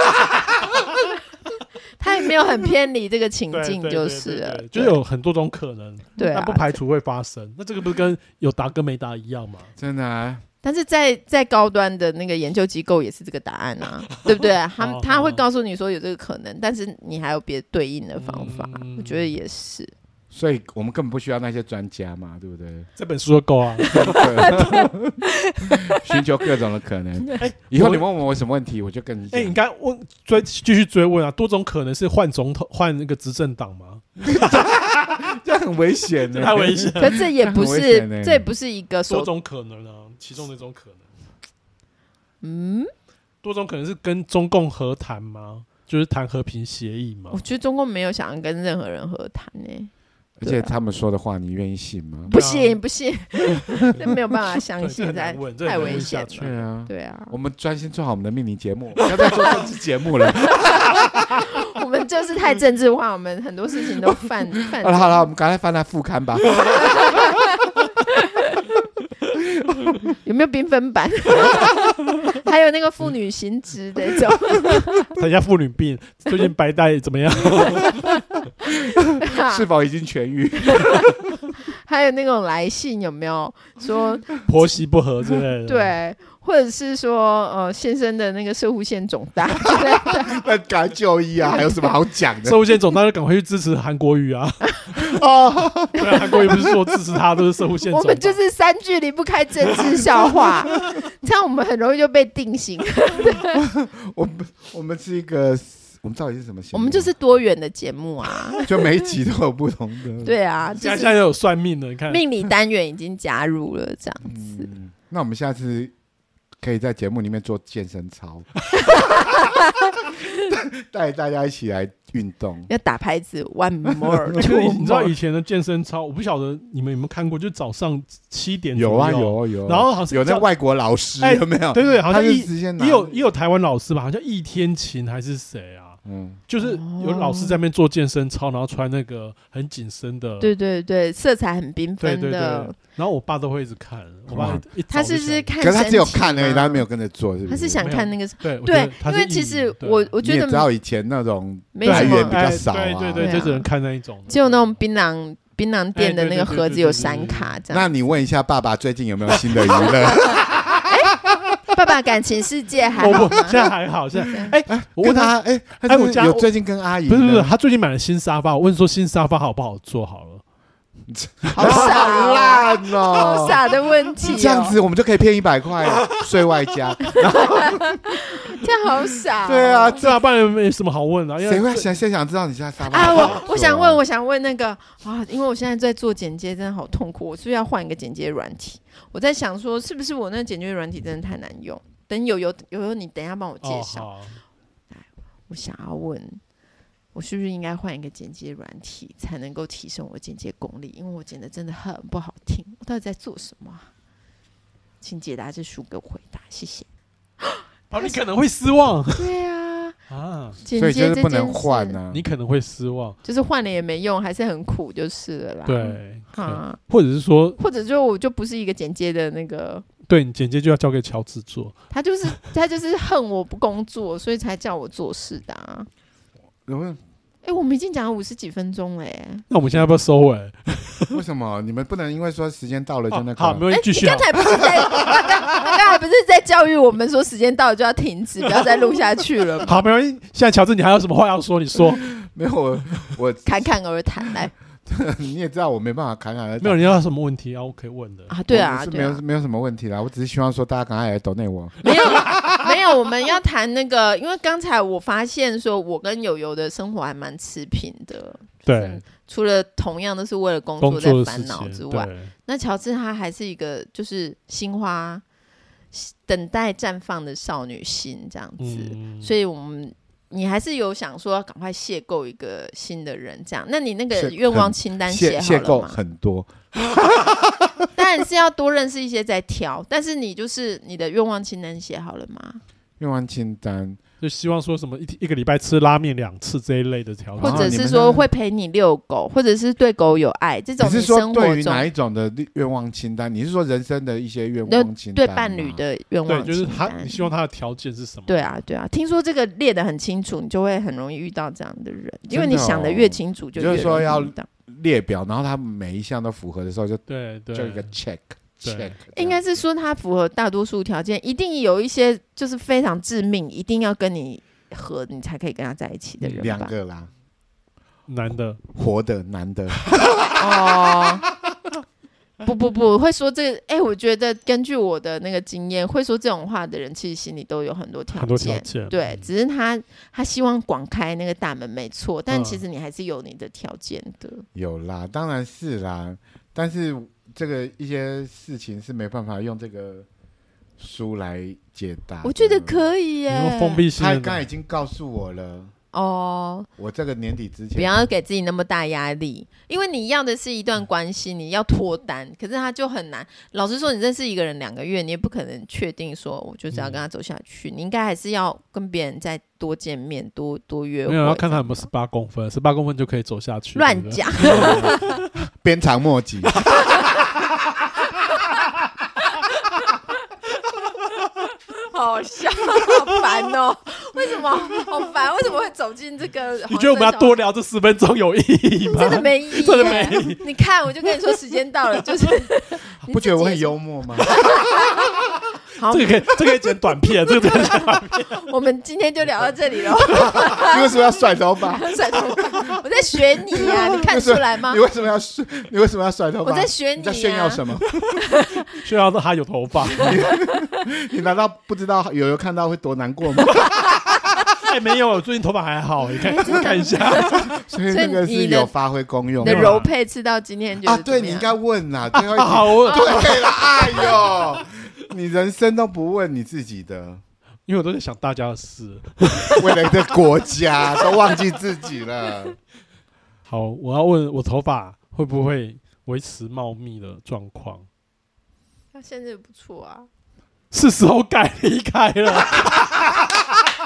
他也没有很偏离这个情对境，对就对是对了对就有很多种可能，对但啊不。排除会发生。那这个不是跟有答跟没答一样吗？真的、啊，但是在在高端的那个研究机构也是这个答案啊，对不对？他哦们他会告诉你说有这个可能，但是你还有别对应的方法嗯。我觉得也是，所以我们根本不需要那些专家嘛，对不对？这本书就够 啊。寻求各种的可能。以后你们问我什么问题，我就跟你讲。哎，你刚问追继续追问啊，多种可能是换总统换那个执政党吗？ 这样很危险这的，太危险，可这 也不很危是险欸这也不是一个嗯多手种可能啊，其中的一种可能，嗯，多种可能是跟中共和谈吗？就是谈和平协议吗我？觉得中共没有想要跟任何人和谈呢、嗯而且他们说的话，你愿意信吗？不啊信不信， 这没有办法相对这信，很难在问，这很太难危问嗯险下了。去对啊，对啊，我们专心做好我们的命理节目，不要再做政治节目了。 我们就是太政治化，我们很多事情都犯 犯好。了好了，我 们赶快翻来副刊吧。有没没有缤纷版？ 还有那个妇女行职那种，他家妇女病，最近白带怎么样？ 嗯啊是否已经痊愈？ 还有那种来信有没有说婆媳不和之类的。，对，或者是说呃先生的那个射护腺肿 大之类的，那赶快就医啊！还有什么好讲的社？会线总大就赶快去支持韩国瑜啊！ 哦， 对啊，韩国瑜不是说支持他都是社会线总我吧，们就是三句离不开政治笑话， 这样我们很容易就被定型。我们 我们是一个，我们到底是什么形我容？们就是多元的节目 啊， 就每一集都有不同的。，对啊，就现在现是在有算命的，你看 命理单元已经加入了这样子。嗯，那我们下次可以在节目里面做健身操，带大家一起来运动。要打牌子，one more，就 two 是你知道 more 以前的健身操，我不晓得你们有没有看过，就早上七点有啊左右，有啊有啊，然后好像有那叫外国老师哎有没有？对对，好他像就一直接拿也有也有台湾老师吧，好像易天晴还是谁啊？嗯，就是哦有老师在那边做健身操，然后穿那个很紧身的，对对对，色彩很对缤纷对对。的。然后我爸都会一直看，我爸哇一他是不是看？看可是身体吗？啊他只有看而已，他没有跟着做，是不他是想看那个。对我觉对得，他因是为艺其人实对我我你觉也得知道以前那种没对什来源比么，较哎少对啊对对，对就啊只能看那一种的，只有那种槟榔槟榔店的哎对那个对对盒对子对有对闪对卡这样。那你问一下爸爸最近有没有新的娱乐？爸爸感情世界还我好哦 不吗？现在还好，现 在哎，我跟问他，他哎，他哎是不我是家有我最近跟阿姨不是不是，的他最近买了新沙发，我问说新沙发好不好坐好 了，好傻好哦，烂好 哦，傻的问题哦。这样子我们就可以骗一百块税外加，这样 好傻哦。对啊，这不然没什么好问的，啊因谁为会想先想知道你家沙发 啊，好不好 我坐我想问，我想问那个啊，因为我现在在做剪接，真的好痛苦，我是不是要换一个剪接软体？我在想说，是不是我那个剪接软体真的太难用？等有有有有，你等一下帮我介哦绍。好，我想要问，我是不是应该换一个剪接软体，才能够提升我的剪接功力？因为我剪的真的很不好听，我到底在做什么啊？请解答这书给我回答，谢谢。 哦，你可能会失望对 啊，啊，剪所以接就这是件不能换事啊 你。可能会失望，就是换了也没用，还是很苦就是了嗯啦。对，可能啊，或者是说，或者就我就不是一个剪接的那个，对你简介就要交给乔治做，他就是 他就是恨我不工作，所以才叫我做事的、啊。我问哎、我们已经讲了五十几分钟了、欸，那我们现在要不要收尾？为什么你们不能因为说时间到了哎就那哦好，个？没问题，继你续好了。刚才不是在， 刚刚才不是在教育我们说时间到了就要 停止，不要再录下去了吗？好，没关系。现在乔治，你还有什么话要说？你 说，没有我我侃侃而谈来你也知道我没办法侃侃而谈没有人要什么问题啊？我可以问的。啊，对啊，是对没有啊，没有什么问题啦，我只是希望说大家赶快来抖内我。没有没有， 我们要谈那个，因为刚才我发现说，我跟友友的生活还蛮持平的，对，除了同样都是为了工工作作在的烦事恼之情，外，对，那乔治她还是一个就是心花等待绽放的少女心这样子，嗯，所以我们你还是有想说赶快邂逅一个新的人这样。那你那个是愿望清单写邂好邂逅了吗？很多，当然是要多认识一些再挑，但是你就是你的愿望清单写好了吗？愿望清单，就希望说什么一一个礼拜吃拉面两次这一类的条或件。者你们是那说个会陪你遛狗，或者是对狗有爱，这种你是生活说对于中哪一种的愿望清单？你是说人生的一些愿那望清单？对伴侣。的愿对，望就是清他，单你？希望他的条件是什么？对啊，对啊，听说这个列得很清楚，你就会很容易遇到这样的人，因为真你的想的哦越清楚，就就是越说容易要遇到。列表，然后他每一项都符合的时候就，对就对，一个 check 对 check，应该是说他符合大多数条件，一定有一些就是非常致命，一定要跟你合，你才可以跟他在一起的这人样嗯两吧？个啦，男的，活的男的，哦，不不不，会说这个，哎、我觉得根据我的那个经验，会说这种话的人，其实心里都有很多条很多条件。件。嗯对，只是他他希望广开那个大门没错，但嗯其实你还是有你的条件的。有啦，当然是啦，但是这个一些事情是没办法用这个书来解答。我觉得，可以你耶。用封闭性他的刚才男已经告诉我了，哦，我这个年底之前不要给自己那么大压力，因为你要的是一段关系，你要脱单，可是他就很难。老实说，你认识一个人两个月，你也不可能确定说我就是要跟他走下去，你应该还是要跟别人再多见面，多多约会。没有要看他有没有十八公分，十八公分就可以走下去。对不 乱对，讲， 鞭长莫及。好笑，好烦哦！为什么好烦？为什么会走进这个？ 你觉得我们要多？聊这十分钟有意义吗？真的没意义，真的没意义。你看，我就跟你说，时间到了， 就是不觉得我很幽默吗？好 这，个可以，这个可以剪短片，这个 可以剪短片。我们今天就聊到这里了。你为什么要甩头发？甩头 发，我在学你呀、你看出来吗你？为什么要甩？你为什么要甩头发？我在学你你、在啊，炫耀什么？炫耀到他有头 发，你难道不知道友友看到会多难过 吗？哎，没有，最近头发还好，你哎看看一下。 所以那个所以你是的有发挥功用你的的没有啦柔配吃到今天就啊！对你应该问呐，最后一啊好，题。 我对了，哎呦，你人生都不问你自己的，因为我都在想大家的事。为了一个国家都忘记自己 了。好，我要问我头发会不会维持茂密的状况？他现在不错啊。是时候该离开 了。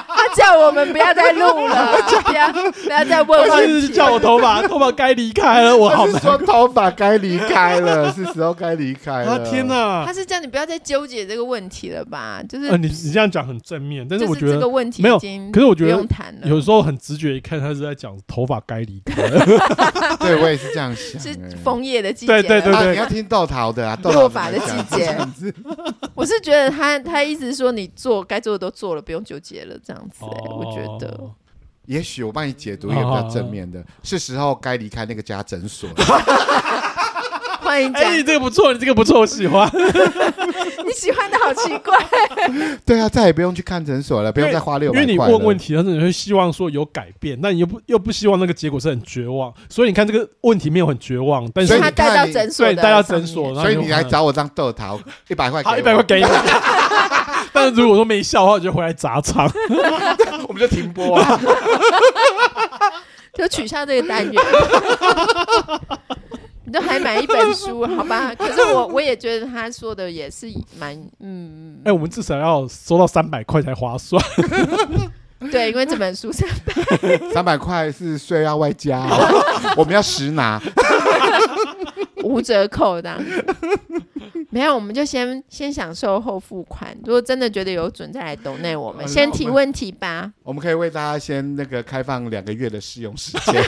他叫我们不要再 录了，不要不要再问他问一题直。叫我头 发，头发该离开了，我好他是难说头发该离开了，是时候该离开啊！了。天！哪他！是叫你不要再纠结这个问题了吧？就是、呃，你你这样讲很正面，但是就我是觉这得个问题没有已经可是我觉不得用谈了，有时候很直觉，一看他是在讲头发该离开 了。对我也是这样想。是哎枫叶的季节了。对对啊，对你要听豆 桃的啊，豆落桃发的怎么季讲节， 我是觉得他他一直说你做该做的都做了，不用纠结了，这样子、欸我觉得哦，也许我帮你解读一个比较正面的，是时候该离开那个家诊 所了。欢迎哎，讲、你这个不错，你这个不错，我喜欢。你喜欢的好奇怪，对啊，再也不用去看诊所了，不用再花因六百块为了。你问问题，但是你会希望说有改变，但你又不又不希望那个结果是很绝望，所以你看这个问题没有很绝望，但所是以他你带看到你诊所对的上带面，到诊所，然后所以你来就找我当豆桃，一百块，好一百块，给你。 但是如果说没效的话，我就回来砸场。我们就停播啊。就取消这个单 元。你都还买一本书，好吧？可是我我也觉得他说的也是蛮嗯，哎，我们至少要收到三百块才划算。对，因为这本书是三百块是税要外加啊，我们要实拿。无折扣的啊、没有，我们就先先享受后付款。如果真的觉得有准，再来抖内我们。好先那我提们问 题吧。我们可以为大家先那个开放两个月的试用时 间。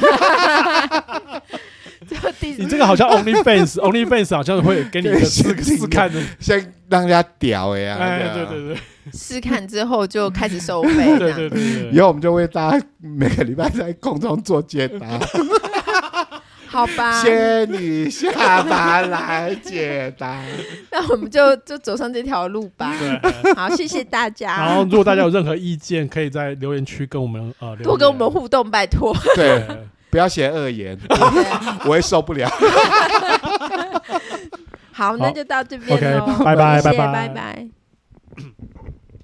就第你这个好像 OnlyFans，OnlyFans 好像会给你一个试对试看的。先让人家屌哎呀、哎，对啊对对试看之后就开始收费，这对样对对以对。后我们就为大家每个礼拜在空中做解答，好吧？仙女下凡来解答。那我们就就走上这条路吧。对好，谢谢大然后，家，如果大家有任何意见，可以在留言区跟我们呃留多跟我言们互动，拜托。对，对不要写恶言，对我会受不了。好，那好就到这边喽 OK，拜拜谢谢拜拜拜拜。